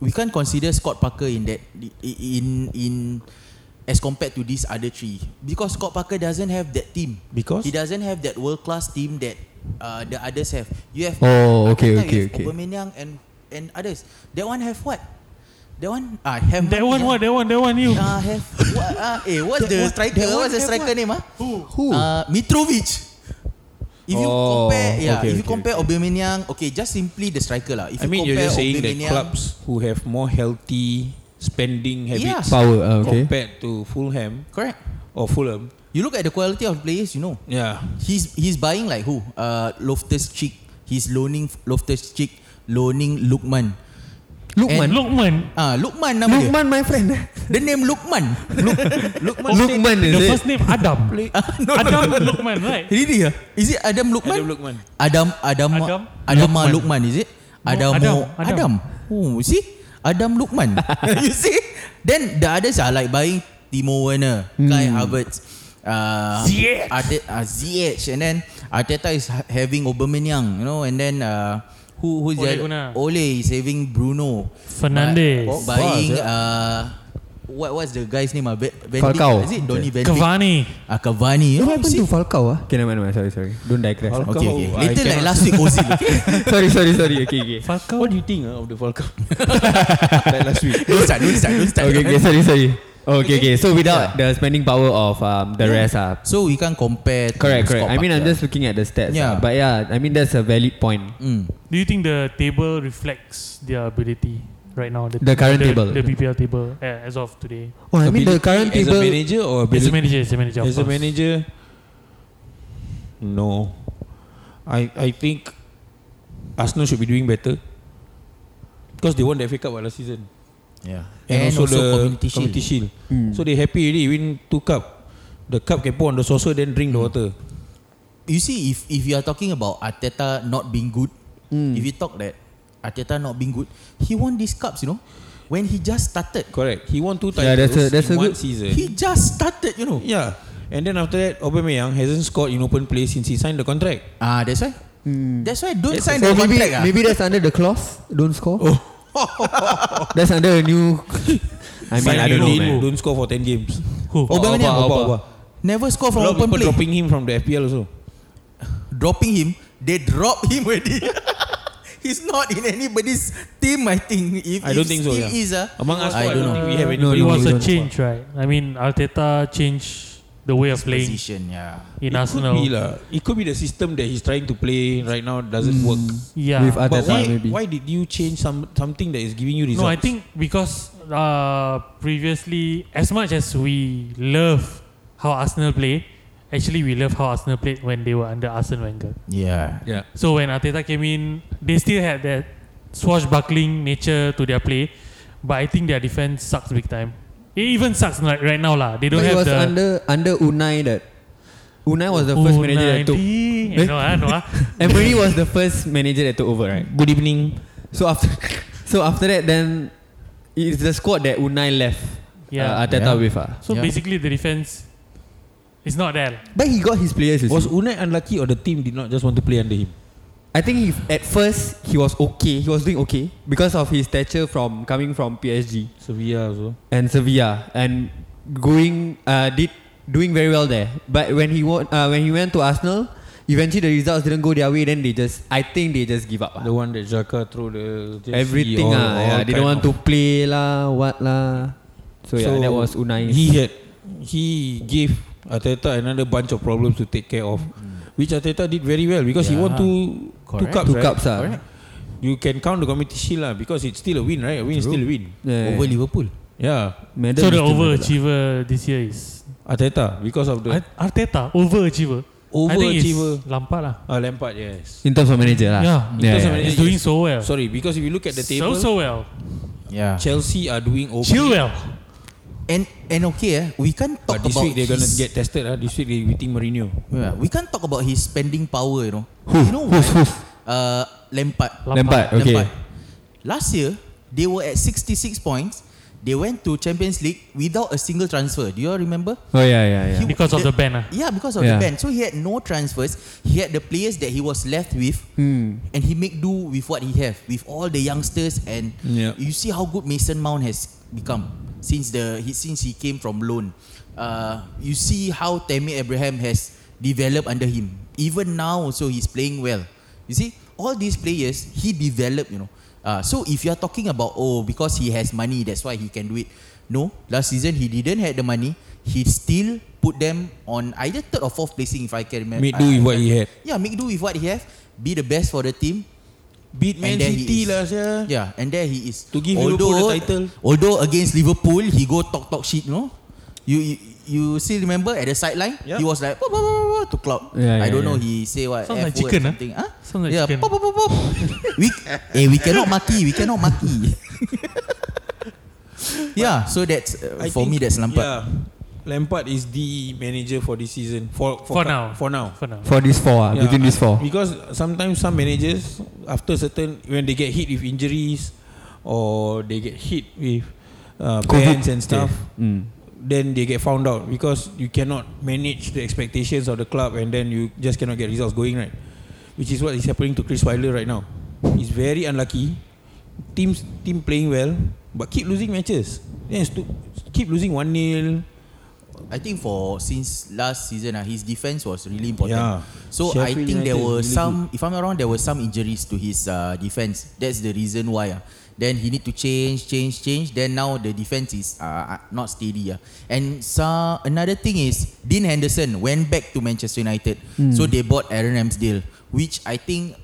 E: we can't consider Scott Parker in that in in as compared to these other three because Scott Parker doesn't have that team
D: Because?
E: he doesn't have that world class team that uh, the others have. You have
F: Oh, okay,
E: Arteta,
F: okay,
E: you have
F: okay.
E: Aubameyang and and others. That one have what? That one ah have
C: That one, what? That one, that one, you.
E: Ah have what? Ah, eh, what's the
D: one-
E: striker?
D: that one
E: What's the
D: have
E: striker
D: what?
E: name? Ah,
F: Who?
E: Uh, Mitrovic. If you
F: Oh,
E: compare, yeah,
F: okay,
E: if you
F: okay,
E: compare Aubameyang, okay, just simply the striker lah. If
D: I mean,
E: you
D: you're
E: compare
D: just saying that
E: Aubameyang,
D: clubs who have more healthy spending
E: Yeah.
D: habits
F: Power, ah, okay.
D: compared to Fulham
E: correct.
D: or Fulham,
E: You look at the quality of players, you know.
D: yeah,
E: He's he's buying like who? Uh, Loftus Cheek. He's loaning Loftus Cheek, loaning Lukman.
F: Lukman.
C: Eh, Lukman.
E: Ah, Lukman
D: Oh.
E: nama
F: Lukman my friend.
E: dia. The name Lukman.
F: [LAUGHS] Lukman,
E: [LAUGHS]
F: is
C: The
F: it?
C: first name Adam. Adam Lukman, right?
E: Really ya? Is it Adam Lukman?
D: Adam Lukman.
E: Adam Adam
C: Adam?
E: Adama
C: Lukman.
E: Lukman is it?
C: No,
E: Adamo
C: Adam, Adam.
E: Adam. Oh, see? Adam
C: [LAUGHS]
E: Lukman. [LAUGHS] you see? Then the others are like buying Timo Werner,
F: Hmm.
E: Kai Havertz, uh,
C: Ziyech.
E: Arte- uh, Ziyech, and then Arteta is ha- having Aubameyang, you know, and then uh, who who's
C: Ole
E: the
C: Gunnar.
E: Ole is having Bruno
C: Fernandes.
E: Bu- buying uh, what what's the guy's name? Ah, Ve- Van Dijk,
F: Falcao.
E: Is it Donny Van Dijk?
C: Cavani.
E: Ah, Cavani. eh?
F: What happened
E: See?
F: to Falcao? Ah? Okay, never mind, never mind. Sorry, sorry. Don't digress.
D: Falcao.
E: Okay, okay.
D: I
E: Later like
D: cannot-
E: last week Ozil. Okay?
F: [LAUGHS] sorry, sorry, sorry. Okay,
D: [LAUGHS]
F: okay.
C: Falcao.
D: What do you think uh, of the
F: [LAUGHS]
D: Falcao? like last week.
E: don't start, don't start, don't start.
F: Okay, okay. Sorry, sorry. Okay, okay. So without the spending power of um, the rest, ah,
E: So we can't compare. to
F: correct, correct.
E: Scott
F: I mean, I'm
E: Parker.
F: just looking at the stats.
E: Yeah.
F: ah. but yeah, I mean that's a valid point.
E: Hmm.
C: Do you think the table reflects their ability right now?
F: The current table.
C: The BPL table uh, as of today.
F: Oh, I mean the
D: Ability
F: current
D: as
F: table.
D: a manager or
C: As a
D: ability
C: manager, as a manager, of
D: As a
C: course.
D: manager, no. I I think Arsenal should be doing better because they won the FA Cup last season
E: Yeah.
D: and, also, the
E: community shield.
D: Shield.
F: Hmm.
D: So they happy already win two cup. The cup can pour on the saucer then drink the water.
E: You see, if if you are talking about Arteta not being good,
F: Hmm.
E: if you talk that Arteta not being good, he won these cups, you know, when he just started.
D: Correct. He won two titles
F: Yeah, that's a- that's
D: in
F: a
D: one
F: good-
D: season.
E: He just started, you know.
D: yeah. And then after that, Aubameyang hasn't scored in open play since he signed the contract.
E: Ah, that's why.
F: Hmm.
E: That's why don't sign
F: so
E: the
F: maybe,
E: contract. ah.
F: maybe that's under the clause. Don't score. [LAUGHS] that's under a [LAUGHS] new. I mean,
D: Sign
F: I don't know,
D: Lin,
F: man.
D: Don't score for ten games.
C: Who?
D: Oh,
E: Aubameyang,
D: Aubameyang.
F: Aubameyang.
D: Aubameyang.
E: Never score
D: A
E: from
D: lot of
E: open
D: people
E: play.
D: dropping him from the FPL also.
E: dropping him, they drop [LAUGHS] him already. He's not in anybody's team, I think. If,
D: I don't
E: if
D: think so.
E: He
D: Yeah.
E: is, ah,
D: Among us,
E: I
D: I
E: don't
D: don't
E: know.
D: think we have any.
F: No,
C: It
F: no,
C: was
F: you
C: a
F: don't
C: change, right? I mean, Arteta changed the way of playing
E: position, ya. yeah.
C: in
D: it
C: Arsenal.
D: Could be lah. It could be the system that he's trying to play right now doesn't work.
C: Yeah.
F: With
D: But
F: Arteta,
D: why,
F: maybe.
D: why did you change some something that is giving you results?
C: No, I think because uh, previously, as much as we love how Arsenal play, actually we love how Arsenal played when they were under Arsene Wenger.
E: Yeah.
D: Yeah.
C: So when Arteta came in, they still had that swashbuckling nature to their play, but I think their defense sucks big time. It even sucks like right now lah. They don't
F: But it
C: have
F: was
C: the
F: under under Unai that Unai was the first manager that took.
C: Unai. Eh,
F: Eh?
C: no, ah, no, ah.
F: [LAUGHS] Emery was the first manager that took over, right?
D: Good evening.
F: So after [LAUGHS] so after that, then it's the squad that Unai left.
C: Yeah.
F: uh,
E: Yeah.
F: Arteta with ah.
C: So
F: [LAUGHS]
E: Yeah.
C: basically, the defense is not there. lah.
F: But he got his players. You
D: Was
F: see.
D: Unai unlucky or the team did not just want to play under him?
F: I think he, at first he was okay. He was doing okay because of his stature from coming from PSG
D: Sevilla also.
F: and Sevilla and going uh, did doing very well there. But when he won, uh, when he went to Arsenal, eventually the results didn't go their way. Then they just I think they just give up. ah.
D: The one that Jaka threw the Chelsea,
F: Everything
D: all-
F: ah, yeah,
D: all
F: they don't
D: kind
F: want to
D: of-
F: play lah, what lah. So, yeah, that was Unai.
D: He had he gave Ateta another bunch of problems to take care of, which Ateta did very well because he won
E: Yeah.
D: two
E: Correct.
D: two cups.
F: two
D: right?
F: cups ah.
E: Correct.
D: You can count the community shield lah because it's still a win, right? A win is still a win.
F: Yeah.
E: Over Liverpool.
D: Yeah,
C: So the
F: Medal is still medal lah.
C: overachiever this year is
D: Ateta because of the
C: Ar- Arteta overachiever. I think it's
D: overachiever.
C: Lampard lah.
D: Ah, Lampard, yes.
F: In terms of manager lah.
C: Yeah.
F: yeah,
D: terms of
F: yeah.
D: manager.
C: He's doing so well.
D: Sorry, because if you look at the
C: so
D: table,
C: so eh? well.
E: Yeah.
D: Chelsea are doing okay.
C: Chilwell.
E: And and okay, eh, we can't talk
D: But this
E: about
D: week they're gonna
E: his,
D: get tested. Ah, this week they beating Mourinho.
E: yeah, we can't talk about his spending power, you know. you know who's, who's? Uh Lampard.
F: Lampard, okay.
E: Lampard. Last year, they were at 66 points. They went to Champions League without a single transfer. Do you all remember?
F: Oh yeah, yeah, yeah.
E: He-
C: Because of the ban, ah.
E: Yeah, because of the
F: Yeah.
E: ban. So he had no transfers. He had the players that he was left with, and he make do with what he have, with all the youngsters. And
D: Yeah.
E: you see how good Mason Mount has become since the he, since he came from loan. Uh, you see how Tammy Abraham has developed under him. Even now, also he's playing well. You see all these players he developed. You know. Uh, so if you are talking about oh because he has money that's why he can do it. No, last season he didn't have the money. He still put them on either third or fourth placing if I can remember. Ah,
D: Make do with what he had.
E: Yeah, make do with what he have. Be the best for the team.
D: Beat Man
E: And there he
D: City
E: is.
D: lah, sia.
E: Yeah, and there he is.
D: To give Liverpool the title.
E: Although against Liverpool, he go talk talk shit, no? You you, you still remember at the sideline?
D: Yeah.
E: He was like pop, pop, pop, pop, to Klopp.
F: Yeah,
E: I
F: yeah,
E: don't know
F: yeah.
E: he say what
C: Sounds
E: F
C: like
E: word
C: chicken, ah.
E: something. Huh?
C: Sounds like
E: yeah,
C: chicken.
E: Pop, pop, pop, [LAUGHS] pop. we eh we cannot maki, we cannot maki. [LAUGHS] yeah, so that's uh,
D: I
E: for me
D: think-
E: that's Lampard.
D: Yeah, Lampard is the manager for this season. For
C: For,
D: for, cu-
C: now.
D: For now.
C: For now.
F: For these four, ah,
D: Yeah,
F: within these four.
D: Because sometimes some managers after certain when they get hit with injuries or they get hit with uh, bans and stuff, then they get found out because you cannot manage the expectations of the club and then you just cannot get results going right. Which is what is happening to Chris Wilder right now. He's very unlucky. Teams team playing well but keep losing matches. Then it's too, keep losing one nil.
E: I think for since last season, ah, his defense was really important.
D: Yeah.
E: So I
D: Sheffield
E: think there
D: United
E: were
D: is really
E: some, if I'm not wrong, there were some injuries to his uh, defense. That's the reason why. ah. Then he need to change, change, change. Then now the defense is uh, uh, not steady. ah. And so another thing is Dean Henderson went back to Manchester United.
F: Hmm.
E: So they bought Aaron Ramsdale, which I think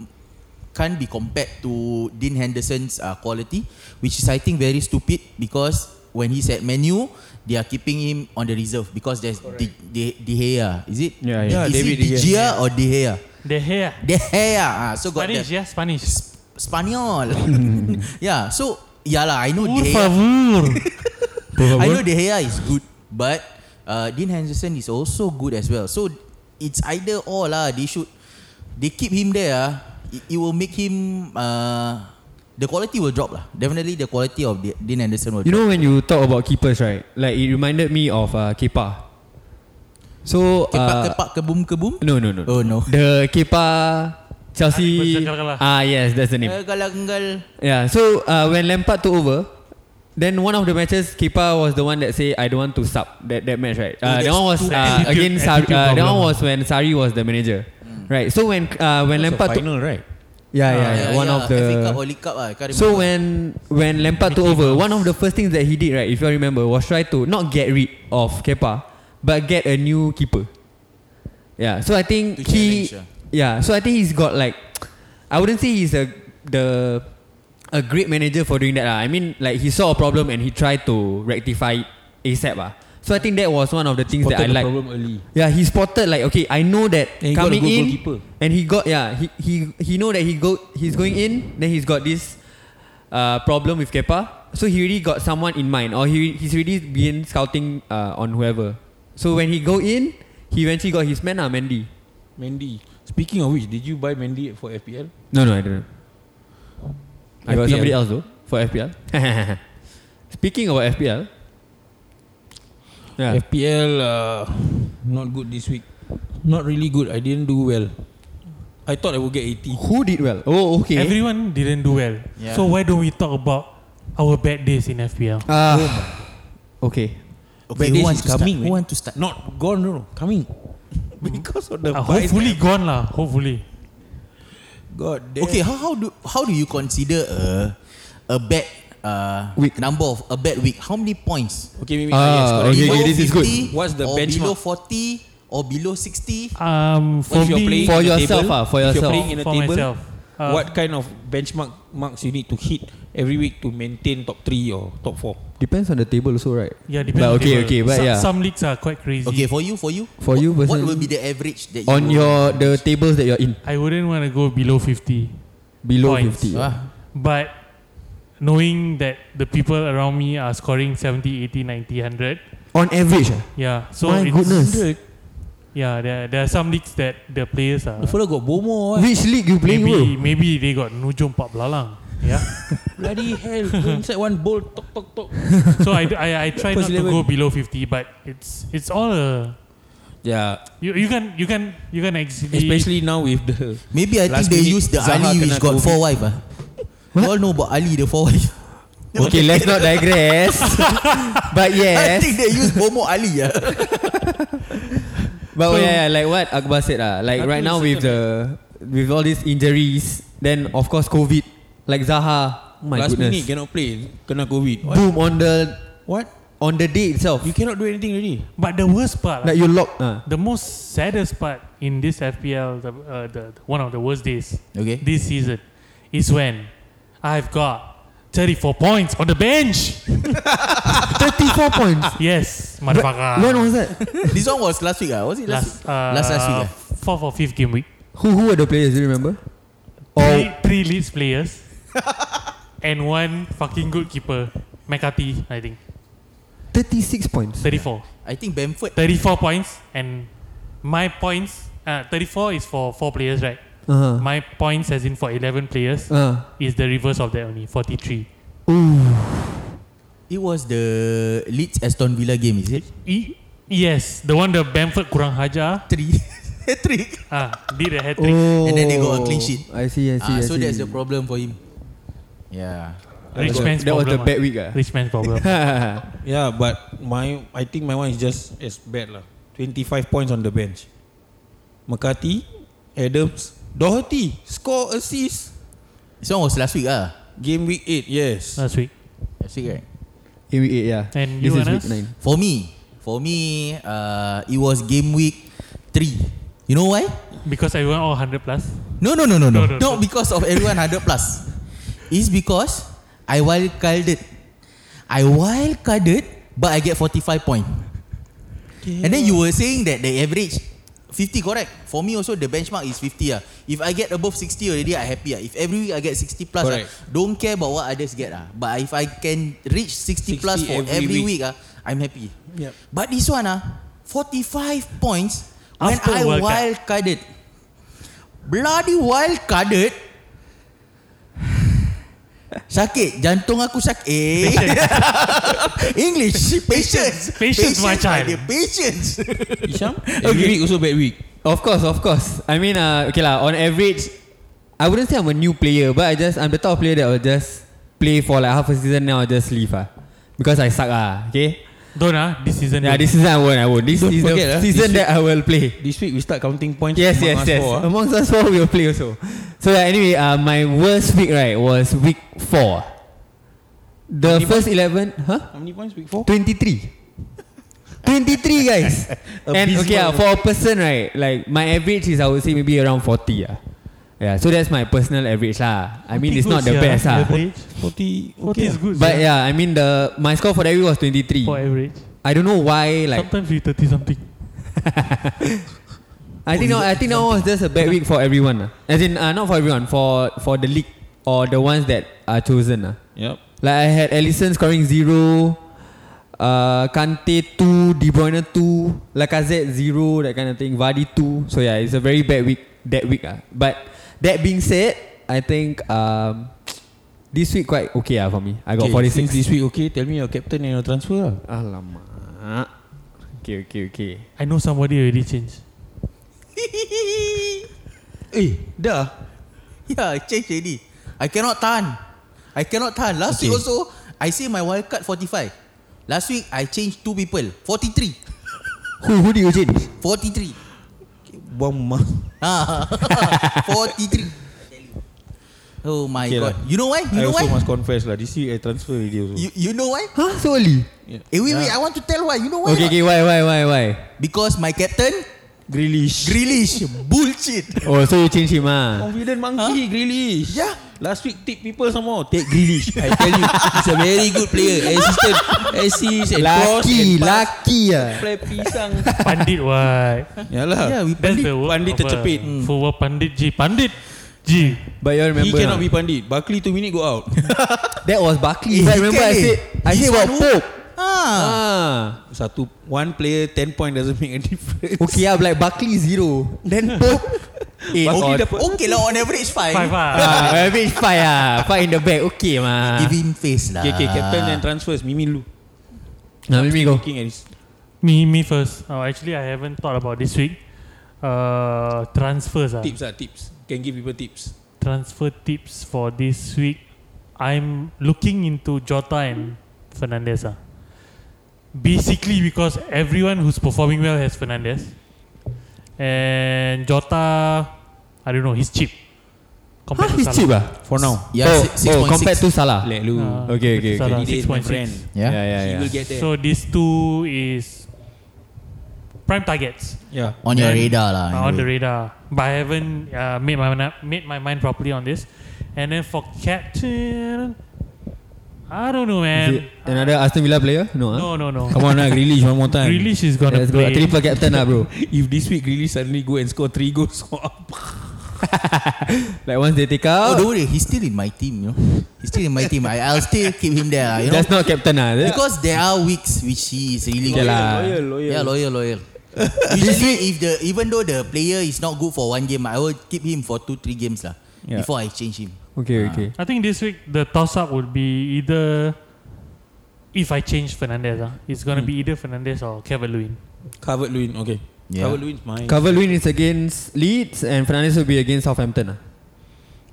E: can't be compared to Dean Henderson's uh, quality, which is I think very stupid because when he's at Menu, they are keeping him on the reserve because there's De, De, De Gea, is it?
F: Yeah, yeah.
E: is
D: David
E: it De
D: De
E: Gea, or De Gea?
C: The hair.
E: De Gea. Ah, so got
C: Spanish,
E: that.
C: yeah, Spanish.
E: Spaniel.
F: Hmm.
E: [LAUGHS] yeah, so yeah lah, I know
C: Por
E: De Gea.
C: favor.
E: I know De Gea is good, but uh, Dean Henderson is also good as well. So it's either or lah. They should they keep him there. ah. It, it will make him uh, the quality will drop lah. Definitely the quality of De- Dean Henderson will.
F: You
E: drop.
F: know when you talk about keepers, right? Like it reminded me of uh, Kepa. So
E: kepak
F: uh,
E: kepak kebum kebum.
F: No, no, no.
E: Oh, no.
F: The Kepa
C: Alex
F: Chelsea.
C: Berserker lah.
F: Ah, yes, that's the name.
E: Galang gal.
F: Yeah. So uh, when Lampard took over, then one of the matches Kepa was the one that say I don't want to sub that that match right.
E: that's
F: Uh, that one was
E: too-
F: uh,
C: Attitude-
F: against Sari,
C: attitude
F: uh, that
C: problem
F: one
C: lah.
F: was when Sari was the manager. Right. So when uh, when
D: That's a
F: Lampard took
D: final, right?
F: yeah, yeah, yeah, one of the
E: FA Cup or League Cup ah, I can't
F: So
E: remember.
F: when when Lampard took over, one of the first things that he did, right, if you all remember, was try to not get rid of Kepa, but get a new keeper. Yeah. So I
E: To
F: think he,
E: challenge,
F: yeah. So I think he's got like, I wouldn't say he's a the a great manager for doing that. lah. I mean, like he saw a problem and he tried to rectify it ASAP. Ah. So I think that was one of the things that
D: Spotted
F: I
D: the
F: like.
D: problem early.
F: Yeah, he spotted like okay, I know that
D: And he got a
F: coming
D: good
F: in
D: goalkeeper.
F: and he got yeah, he he he know that he go he's going in, then he's got this uh, problem with Kepa. So he already got someone in mind or he he's already been scouting uh, on whoever. So when he go in, he eventually got his man ah, Mandy.
D: Mendy. Speaking of which, did you buy Mendy for FPL?
F: No, no, I don't know. I
D: FPL.
F: got somebody else though for FPL. [LAUGHS] Speaking about FPL. Yeah.
D: FPL uh, not good this week. Not really good. I didn't do well. I thought I would get 80.
F: Who did well? Oh, okay.
C: Everyone didn't do well.
E: Yeah.
C: So why don't we talk about our bad days in FPL?
F: Ah. okay.
E: okay,
D: Mendy
E: who wants
D: is
E: to start?
D: coming,
F: eh?
E: Who
D: man.
E: want to start?
D: Not gone, no, no. Coming. Ah, because of the
C: Uh,
D: buys.
C: hopefully gone lah. Hopefully.
D: God damn.
E: Okay, how, how do how do you consider a a bad uh,
F: Week.
E: number of a bad week? How many points?
D: Okay, maybe.
F: Ah,
D: yes, correct.
F: okay,
E: Below
F: okay, this is good.
E: 50
D: What's the
E: or Below
D: benchmark?
E: forty or below sixty?
C: Um, for
D: If you're
C: me,
D: playing
F: For
D: in the
F: yourself
D: table,
F: ah, for
D: if
F: yourself.
D: You're playing in a
C: for
D: table,
C: myself, uh,
D: what kind of benchmark marks you need to hit every week to maintain top 3 or top 4?
F: Depends on the table also, right?
C: yeah, depends. on
F: But okay,
C: table.
F: okay, but
C: some,
F: yeah.
C: some leagues are quite crazy.
E: Okay, for you, for you,
F: For
E: what,
F: you
E: what
F: personally-
E: will be the average that you
F: on your the tables that you're in
C: I wouldn't want to go below 50.
F: below
C: Points.
F: 50.
E: Ah,
C: But knowing that the people around me are scoring 70, 80, 90, 100,
F: On average, ah?
C: yeah. So
F: My
C: it's-
F: goodness.
C: Yeah, there, there are some leagues that the players are.
D: The fella got Bomo. ah.
F: which league you playing,
C: Maybe,
F: bro?
C: maybe they got Nujum Pak Belalang. Yeah.
D: [LAUGHS] Bloody hell. go Inside one bowl. Tok, tok, tok.
C: [LAUGHS] so I, I, I try not to
D: First
C: go
D: level.
C: below 50, but it's it's all a.
D: Yeah.
C: You, you can you can you can actually
D: Especially now with the
E: maybe I
D: Last
E: think they
D: minute,
E: use the
D: Zaha
E: Ali
D: kena
E: which got
D: COVID.
E: four wife. Ah, you all know about Ali the four wife. [LAUGHS]
F: Okay, let's not
C: [LAUGHS]
F: digress.
E: I
F: but yes,
E: think they use Bomo Ali. Ah,
F: but yeah, yeah, like what Akbar said, ah, like
D: Aku
F: right now with the with all these injuries, then of course COVID, like Zaha, my
D: last minute
F: goodness,
D: cannot play. Kena COVID. What?
F: boom on the
D: what?
F: on the day itself,
D: You cannot do anything already.
C: But the worst part,
F: like you
C: [LAUGHS]
F: locked. ah.
C: the most saddest part in this FPL, the, uh, the one of the worst days
E: Okay.
C: this season, is when I've got 34 points on the bench.
F: 34 points.
C: [LAUGHS] Yes, motherfucker.
F: When was that?
E: this one was last week. Ah, was it last?
C: last uh,
E: last last week. ah?
C: fourth or fifth game week?
F: Who who were the players? Do you remember?
C: Three,
F: Oh,
C: three Leeds players [LAUGHS] and one fucking goalkeeper, McCarthy, I think.
F: 36 points.
C: 34.
E: I think Bamford.
C: 34 points and my points, uh, 34 is for four players, right?
F: Uh-huh.
C: My points, as in for 11 players,
F: Uh,
C: is the reverse of that only, 43.
E: It was the Leeds Aston Villa game, is it?
C: E- yes, the one the Bamford kurang hajar
E: Three, [LAUGHS] three.
C: ah, did a hat trick.
F: oh.
E: And then they got a clean sheet.
F: I see, I see.
E: Ah,
F: I
E: so
F: see.
E: that's the problem for him. Yeah.
C: Rich
F: That-
C: man's
F: that was
C: problem.
F: the bad
C: ah.
F: week ah.
C: Rich man's
F: [LAUGHS]
C: problem.
D: Yeah, but my I think my one is just as bad lah. 25 points on the bench. McCarthy, Adams, Doherty score assist.
E: This one was last week ah.
D: Game week 8, yes.
C: Last week.
E: Last week right.
F: In week eight, yeah.
C: And
F: this
C: you,
F: is week
C: Anas?
F: nine.
E: For me, for me, uh, it was game week three. You know why?
C: Because everyone all 100 plus.
E: No, no, no, no,
C: No,
E: no.
C: no,
E: Not
C: no.
E: because of everyone 100 plus. It's because I wild carded. I wild carded, but I get 45 point. And then you were saying that the average 50 correct. For me also the benchmark is 50 ah. If I get above 60 already I happy ah. If every week I get 60 plus ah,
D: Correct.
E: don't care about what others get ah. But if I can reach 60,
D: 60
E: plus for every,
D: every
E: week,
D: week.
E: ah, I'm happy.
D: Yep.
E: But this one ah 45 points
C: After
E: when I
C: World Cup.
E: wild carded. Bloody wild carded. Sakit Jantung aku sakit eh. [LAUGHS] English Patience
C: Patience, my child.
E: Patience
D: Isham, every week also bad week.
F: Of course, of course. I mean, uh, okay lah. On average, I wouldn't say I'm a new player, but I just I'm the type of player that will just play for like half a season now, just leave ah, because I suck ah. Okay.
C: Don't ah, this season.
F: Yeah,
C: don't.
F: this season I won't. I won't. This
D: Don't
F: is the
D: forget, ah,
F: season
D: this
F: that I will play.
D: This week we start counting points.
F: Yes,
D: among
F: yes,
D: us
F: yes.
D: four, ah.
F: Amongst us four, we will play also. So yeah, anyway, uh, my worst week right was week four. The first eleven, huh?
D: How many points week 4?
F: 23 23 guys [LAUGHS] and
D: Abysmal.
F: okay uh, for a person right like my average is I would say maybe around 40 uh. yeah so that's my personal average lah I mean it's not the
C: Good,
F: best
C: yeah,
F: uh.
C: Average.
D: 40.
C: What
D: Okay.
C: is good?
F: but
C: yeah.
F: yeah I mean the my score for that week was 23
C: For average.
F: I don't know why like
C: Sometimes we 30 something.
F: I think now I think now was just a bad week for everyone uh. as in uh, not for everyone for for the league or the ones that are chosen uh.
D: Yep.
F: Like I had Ellison scoring zero, uh, Kante two, De Bruyne two, Lacazette zero, that kind of thing. Vardy two. So yeah, it's a very bad week that week. Ah, but that being said, I think um, this week quite okay ah for me. I got
D: Okay,
F: forty
D: since
F: six.
D: this week, okay, tell me your captain and your transfer lah.
F: Alamak. Okay, okay, okay.
C: I know somebody already
F: [LAUGHS]
C: changed.
E: [LAUGHS]
D: Eh, dah.
E: Yeah Ya, change already I cannot tahan I cannot tahan Last okay. week also I say my wild card 45 Last week I change two people 43
F: Who who do you change?
E: [LAUGHS] 43
D: Buang mah.
E: Ah, 43 Oh my
D: Okay lah.
E: god You know why? [LAUGHS]
D: I
E: You know
D: also
E: why?
D: must confess lah. This week I transfer already also.
E: You, you know why?
F: Huh? So early.
E: Eh wait wait I want to tell why You know why or
F: Okay,
E: not?
F: okay. Why, why, why, why?
E: Because my captain
D: Grealish.
E: Grealish Bullshit
F: Oh, so you change him ah?
D: Confident monkey, huh? Grealish.
E: Yeah.
D: Last week tip people some more. Take Grealish. I tell you, he's a very good player. Assistant, assist, and cross,
F: Lucky,
D: and pass,
F: lucky ah.
D: Play pisang.
C: Pandit why?
D: Yalah.
E: Yeah, we
C: That's
E: pandit.
C: the word.
D: Pandit
C: of, uh,
D: tercepit.
C: Football Pandit G. Pandit G.
F: But you all remember?
D: He cannot
F: ah?
D: be pandit. Barkley two minute go out. [LAUGHS]
F: That was
E: Eh,
F: Barkley.
E: he
F: But remember
E: can
F: I
E: eh.
F: said I
E: He's
F: said
E: one
F: about
E: who-
F: Pope.
E: Ah.
F: Ah.
D: Satu one player ten point doesn't make a difference.
F: Okay, yeah, like Barkley zero. Then Pope eight.
D: Barkley
F: or-
D: dapat
E: Eh, Okay lah on average five.
C: Five ah.
F: Ah, average five ah, five in the back. Okay mah.
E: Give him face lah.
D: Okay, okay, captain uh, and transfers. Mimi Lu.
F: Nah, let me go.
D: Looking at his
C: Me, me first. Oh, actually, I haven't thought about this week. Uh, transfers. Ah.
D: tips ah, tips. Can give people tips.
C: Transfer tips for this week. I'm looking into Jota and Fernandez. Ah. Basically, because everyone who's performing well has Fernandez. And Jota, I don't know, he's cheap.
F: Huh,
C: Compared
F: he's
C: Salah.
F: cheap ah.
D: For now.
E: Yeah,
F: oh,
E: si- six
F: oh,
E: point
F: compared
E: six.
F: to Salah.
D: Let Lu.
C: Ah,
F: Okay, okay,
C: compared to Salah,
F: okay.
D: He did, my
C: 6.6.
D: friend.
E: Yeah.
F: yeah, yeah.
D: He will get there.
C: So these two is prime targets
D: yeah.
E: On your radar lah.
C: uh, on the radar, but I haven't uh, made my mind- made my mind properly on this. And then for captain, I don't know,
F: Is it
C: man.
F: another Aston Villa player? No. ah?
C: No, no, no.
D: Come on lah, Grealish one more time.
C: Grealish is gonna
F: Let's go.
C: play.
F: Triple captain lah bro.
D: If this week Grealish suddenly go and score three goals, [LAUGHS]
F: Like once they take
E: Oh,
F: out,
E: don't worry. He's still in my team, you know. He's still in my team. I, I'll still keep him there, lah, you know.
F: that's not captain ah. That-
E: Because there are weeks which he is really
F: Okay
E: good.
F: lah.
D: Loyal, loyal.
E: Yeah, loyal,
F: [LAUGHS]
E: loyal. Usually, if the even though the player is not good for one game, I will keep him for two, three games lah.
D: Yeah.
E: Before I change him.
F: Okay, okay.
C: I think this week the toss up would be either if I change Fernandez, ah, it's gonna
F: Hmm.
C: be either Fernandez or Kevin Lewin.
D: Covered Lewin, okay.
E: Yeah.
D: Covered Lewin's mine.
F: Calvert-Lewin is against Leeds and Fernandes will be against Southampton ah.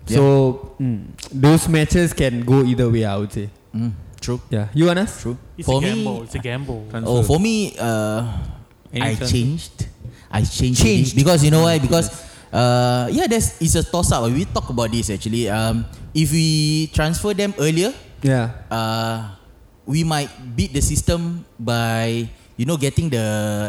F: So mm, those matches can go either way. I would say.
E: Mm, true.
F: Yeah. You Anas?
E: True.
C: It's
E: for
C: a gamble.
E: me,
C: it's a gamble.
E: oh, for me, uh,
D: Any
E: I
D: chances?
E: changed. I changed.
F: Changed.
E: because you know why? Because uh, yeah, there's it's a toss up. We talk about this actually. Um, if we transfer them earlier,
F: Yeah.
E: uh, we might beat the system by you know getting the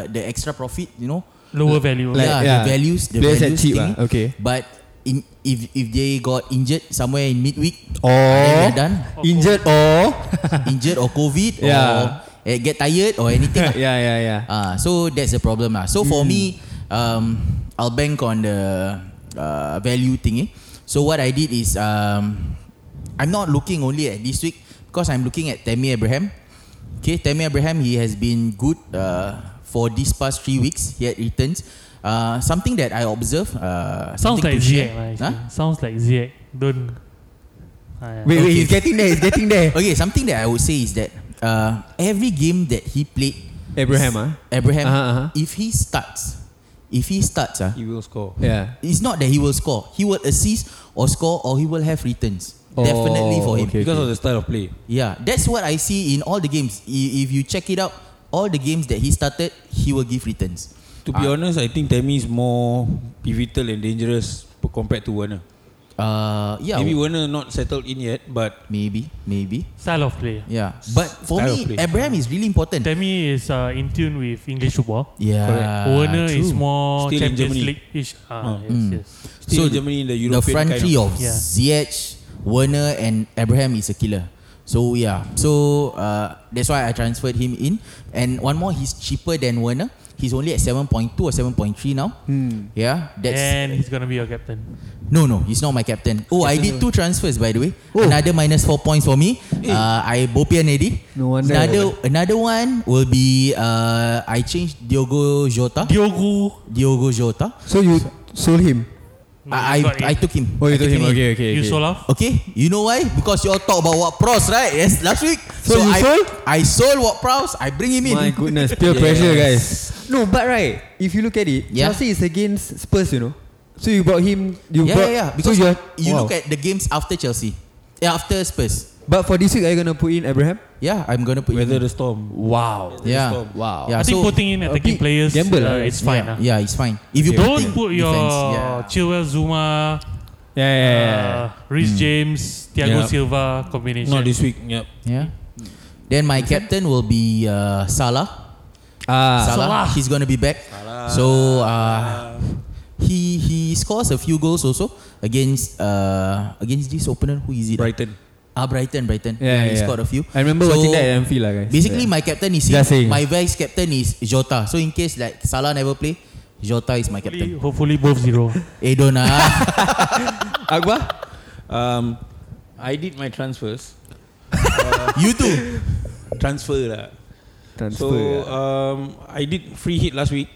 E: the extra profit. You know,
C: Lower value.
F: Like-
E: yeah,
F: yeah.
E: the values, the
F: Players
E: values
F: at cheap,
E: thingy.
F: ah, okay.
E: But in, if if they got injured somewhere in midweek,
F: Oh. Or
E: they're
F: [LAUGHS]
E: done.
F: injured or [LAUGHS]
E: injured or COVID
F: Yeah.
E: or eh, get tired or
F: [LAUGHS]
E: anything.
F: yeah yeah yeah.
E: Ah, so that's the problem lah. So for
F: Hmm.
E: me, um, I'll bank on the uh, value thingy. So what I did is um, I'm not looking only at this week because I'm looking at Tammy Abraham. Okay, Tammy Abraham he has been good uh, for these past three weeks. He had returns. Uh, something that I observe. Uh,
C: Sounds
E: something
C: like
E: to
C: Ziyech.
E: share.
C: lah,
E: Huh?
C: actually. Sounds like Ziyech. Don't. Ah, yeah.
F: Wait wait.
E: okay.
F: He's getting there. He's getting there.
E: Okay, something that I would say is that uh, every game that he played,
F: Abraham ah.
E: [LAUGHS] Abraham,
F: Uh-huh, uh-huh.
E: if he starts, if he starts, ah,
D: He will score.
F: Yeah.
E: it's not that he will score. He will assist or score or he will have returns. Definitely for him.
F: okay,
D: because of
F: okay.
D: the style of play.
E: Yeah, that's what I see in all the games. I- If you check it out, all the games that he started, he will give returns.
D: To be
E: Ah.
D: honest, I think Tammy is more pivotal and dangerous p- compared to Werner.
E: Uh, yeah,
D: Maybe
E: maybe,
D: Werner not settled in yet, but
E: maybe, maybe.
C: Style of play.
E: Yeah, but for
D: Style of
E: me,
D: play.
E: Abraham is really important.
C: Tammy is uh, in tune with English football.
E: Yeah,
C: Werner
E: Ah, true.
C: is more
D: Still in
C: Champions
D: Germany.
C: League-ish. Ah, yes, yes.
D: still
E: So
D: Germany in the
E: the
D: European
E: front
D: kind
E: three of
C: Yeah.
E: Ziyech, Werner, and Abraham is a killer. So yeah, so uh, that's why I transferred him in. And one more, he's cheaper than Werner. He's only at seven point two or seven point three now. Yeah, that's
C: and he's gonna be your captain.
E: no, no. He's not my captain. Oh, I did two transfers by the way.
F: Oh.
E: Another minus four points for me. Uh, I bopian already.
F: No wonder.
E: Another another one will be uh, I changed Diogo Jota.
C: Diogo,
E: Diogo Jota.
F: So you sold him.
C: No, you
E: I
C: got
E: I, I
C: him.
E: took him.
F: Oh,
E: I
F: you told
E: took
F: him.
E: in.
F: Okay, okay.
C: you
F: okay.
C: sold off.
E: Okay, Ah, you know why? Because you all talk about what pros, right? Yes, last week.
F: So you
E: I,
F: sold?
E: I sold what pros. I bring him in.
F: My goodness, peer pressure, guys. No, but right, if you look at it,
E: Yeah.
F: Chelsea is against Spurs, you know. So you brought him. You
E: yeah,
F: brought,
E: yeah, yeah.
F: So
E: Because
F: you're,
E: you
F: wow.
E: look at the games after Chelsea, yeah, after Spurs.
F: But for this week, are you gonna put in Abraham?
E: Yeah, I'm gonna put.
D: of weather
E: him.
D: the storm.
F: Wow.
E: in. yeah,
D: storm.
F: Wow.
E: Yeah,
C: I think
E: so-
C: putting in
F: a
C: attacking
F: big
C: players,
F: gamble,
C: uh,
F: right?
C: it's fine. ah.
E: Yeah, it's fine. If you put
C: Don't
E: in
C: put your
E: defense,
C: Chilwell,
E: yeah.
C: Zuma,
F: Yeah, yeah, yeah.
C: uh, Rhys James, Thiago
D: Yeah.
C: Silva combination.
D: Not this week. Yep.
E: yeah. Then my captain will be uh, Salah.
F: Ah,
E: Salah.
C: Salah.
E: He's gonna be back. So uh, he he scores a few goals also against uh, against this opponent. Who is it?
D: Brighton.
E: Ah, Brighton, Brighton.
F: yeah, yeah,
E: he
F: yeah.
E: scored a few.
F: I remember
E: So,
F: watching that at Anfield, lah, guys.
E: Basically,
F: yeah.
E: my captain is
F: Just
E: him.
F: saying.
E: My vice captain is Jota. So in case like Salah never play, Jota is my
C: hopefully,
E: captain.
C: hopefully both zero.
E: Eh,
C: [LAUGHS]
E: don't ah.
F: Agba.
D: Um, I did my transfers.
E: [LAUGHS] you too.
D: Transfer lah.
F: Transfer.
D: So
F: yeah.
D: um, I did free hit last week.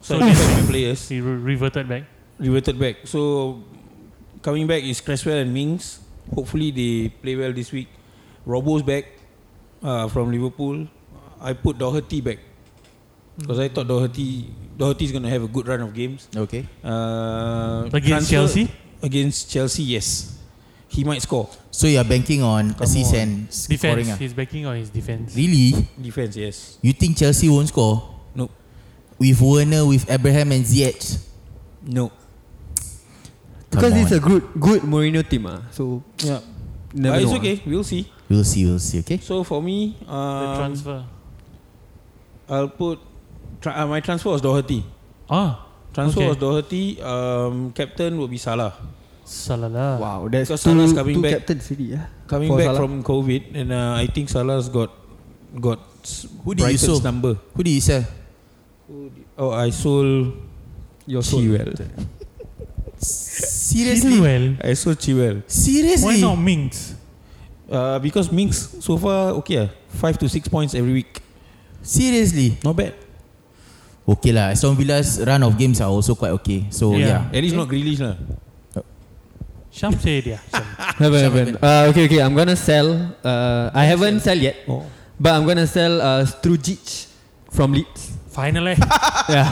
D: So,
E: [LAUGHS]
C: So
D: I
C: this-
D: did my players.
C: he re- reverted back.
D: reverted back. So coming back is Cresswell and Mings. Hopefully they play well this week. Robo's back uh, from Liverpool. I put Doherty back because I thought Doherty Doherty is going to have a good run of games.
E: Okay.
D: Uh,
C: Against Chelsea?
D: Against Chelsea, yes, he might score.
E: So you're banking on
D: Come
E: assist
D: on.
E: and scoring.
C: Defense.
E: ah?
C: He's backing on his defense.
E: Really?
D: Defense, yes.
E: You think Chelsea won't score?
D: No,
E: With Werner, with Abraham and Ziyech.
D: no.
F: because
E: Come
F: it's
E: on.
F: a good, good Mourinho team, ah. So
D: Yeah,
F: never
D: but it's
F: know, ah.
D: okay. We'll see.
E: We'll see, we'll see, okay?
D: So for me,
C: the
D: um,
C: transfer.
D: I'll put tra- uh, my transfer was Doherty.
C: Ah,
D: Transfer
C: Okay.
D: was Doherty. Um, captain will be Salah.
C: Salala.
F: Wow, that's
D: Because
F: two,
D: Salah's coming
F: two
D: back.
F: captains already, yeah.
D: Coming
F: For
D: back
F: Salah.
D: from COVID, and uh, I think Salah's got got s-
E: Who did you
D: Brighton's
E: sold?
D: number.
E: Who do you sell?
D: Oh, I sold
F: Your [LAUGHS] soul.
D: Chilwell.
E: Seriously?
C: Chilwell.
D: I sold Chilwell.
C: Why
E: Seriously?
C: not Minks?
D: Uh, because Minks so far okay ah, five to six points every week.
E: Seriously?
D: Not bad.
E: Okay lah, Aston Villa's run of games are also quite okay. So yeah.
C: Yeah.
D: At least not Grealish lah.
C: Syam say dia. Syam.
F: Haven't, haven't. Uh, okay, okay. I'm gonna sell. Uh, I haven't sell yet,
D: Oh.
F: but I'm gonna sell uh, Strujic from Leeds.
D: [LAUGHS]
C: Final eh.
F: yeah.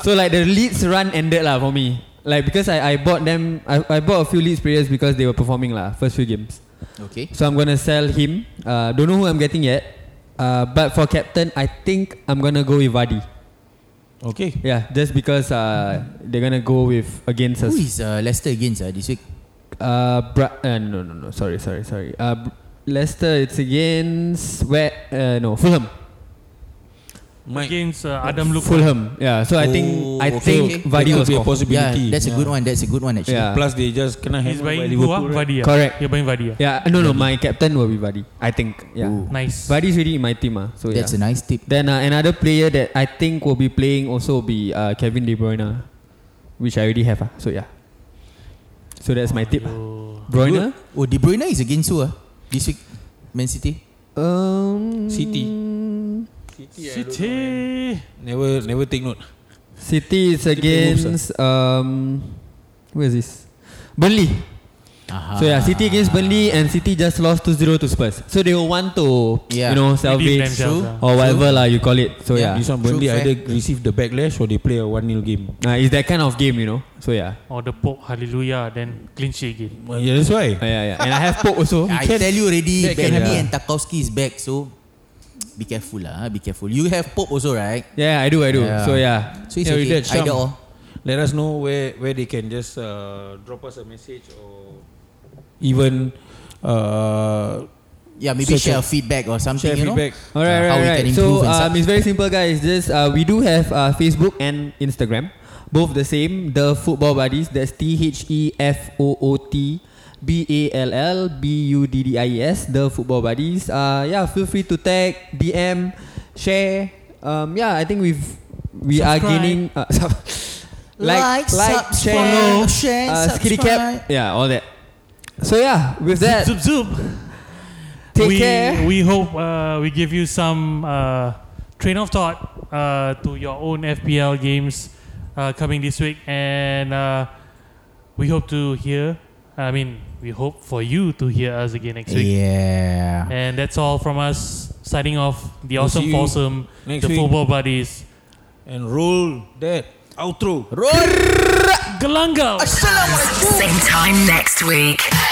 F: So like the Leeds run ended lah for me. like because I, I bought them I, I bought a few Leeds players because they were performing lah first few games.
E: Okay.
F: So I'm gonna sell him. Uh, don't know who I'm getting yet. Uh, but for captain, I think I'm gonna go with Vardy.
D: Okay.
F: Yeah, just because uh, they're gonna go with against us.
E: Who is uh, Leicester against uh, this week?
F: Uh, Bra- uh, no, no, no. Sorry, sorry, sorry. Uh, Br- Leicester. It's against where? Uh, no, Fulham.
D: Mike.
C: Against uh, Adam Luke.
F: Fulham. Yeah. So I think
D: Oh,
F: I
D: okay.
E: Okay.
F: think
D: That could be
F: Vardy will
D: a
F: score.
E: Yeah,
D: possibility.
E: that's a good one. That's a good one actually.
F: Yeah.
D: Plus they just kena
C: He's
D: handle by
C: buying who? ah?
D: Liverpool. right?
C: Vadia.
F: Correct.
C: You're buying Vadia.
F: Yeah. No, no. My captain will be Vardy. I think. Yeah.
E: Ooh.
C: Nice.
F: Vardy's really in my team. Ah. So
E: That's
F: yeah.
E: a nice tip.
F: Then uh, another player that I think will be playing also will be uh, Kevin De Bruyne, which I already have. Uh. So yeah. So that's my tip. ah.
C: Oh.
F: Bruyne.
E: Oh, De Bruyne is against who? Uh? This week, Man City.
F: Um,
D: City.
C: City.
D: Never never take note.
F: City is against um, where is this? Burnley. So yeah, City against Burnley and City just lost 2-0 to Spurs. So they will want to
E: Yeah.
F: you know
C: Redeem
F: salvage
C: themselves, ah.
F: or whatever lah you call it. So
E: Yeah,
F: yeah,
D: This one
E: True
D: Burnley
E: fact.
D: either receive the backlash or they play a 1-0 game.
F: uh, it's that kind of game, you know. So yeah,
C: Or Oh, the Pope. Hallelujah. Then clean sheet again.
D: Well, yeah, that's why.
F: uh, yeah, yeah. And I have
E: [LAUGHS]
F: Pope also.
E: I tell you already,
D: that can
E: Benny
D: happen.
E: and Tarkowski is back. So be careful lah. Be careful. You have Pope also, right?
F: Yeah, I do, I do.
E: Yeah.
F: So yeah,
E: So it's
D: Yeah, we did,
E: okay.
D: Syam.
E: Either or.
D: Let us know where where they can just uh, drop us a message or even uh,
E: Yeah, maybe
D: Share-
E: share feedback or something.
D: share
E: you know?
D: feedback.
F: All right,
E: Uh, how
F: right,
E: we
F: right.
E: can improve
F: So
E: and
F: um,
E: such.
F: it's very simple, guys. Just uh, we do have uh, Facebook and Instagram, both the same. The football buddies. That's T H E F O O T B A L L B U D D I E S. The football buddies. Uh, yeah, feel free to tag, DM, share. Um, yeah, I think we've we are
C: Subscribe.
F: gaining. Uh, [LAUGHS] sub- like,
E: Like,
F: like,
E: subscribe,
F: share,
E: share,
F: uh, skitty
E: subscribe.
F: cap, yeah, all that. So yeah, with that,
C: Zoop zoop.
F: take
C: we,
F: care.
C: We hope uh, we give you some uh, train of thought uh, to your own FPL games uh, coming this week, and uh, we hope to hear. I mean, we hope for you to hear us again next week.
E: Yeah.
C: And that's all from us. Signing off. The
D: We'll
C: awesome
D: see you
C: foursome,
D: next
C: the
D: week.
C: football buddies.
D: And roll that outro.
E: Roar.
C: Galangal.
G: Same time next week.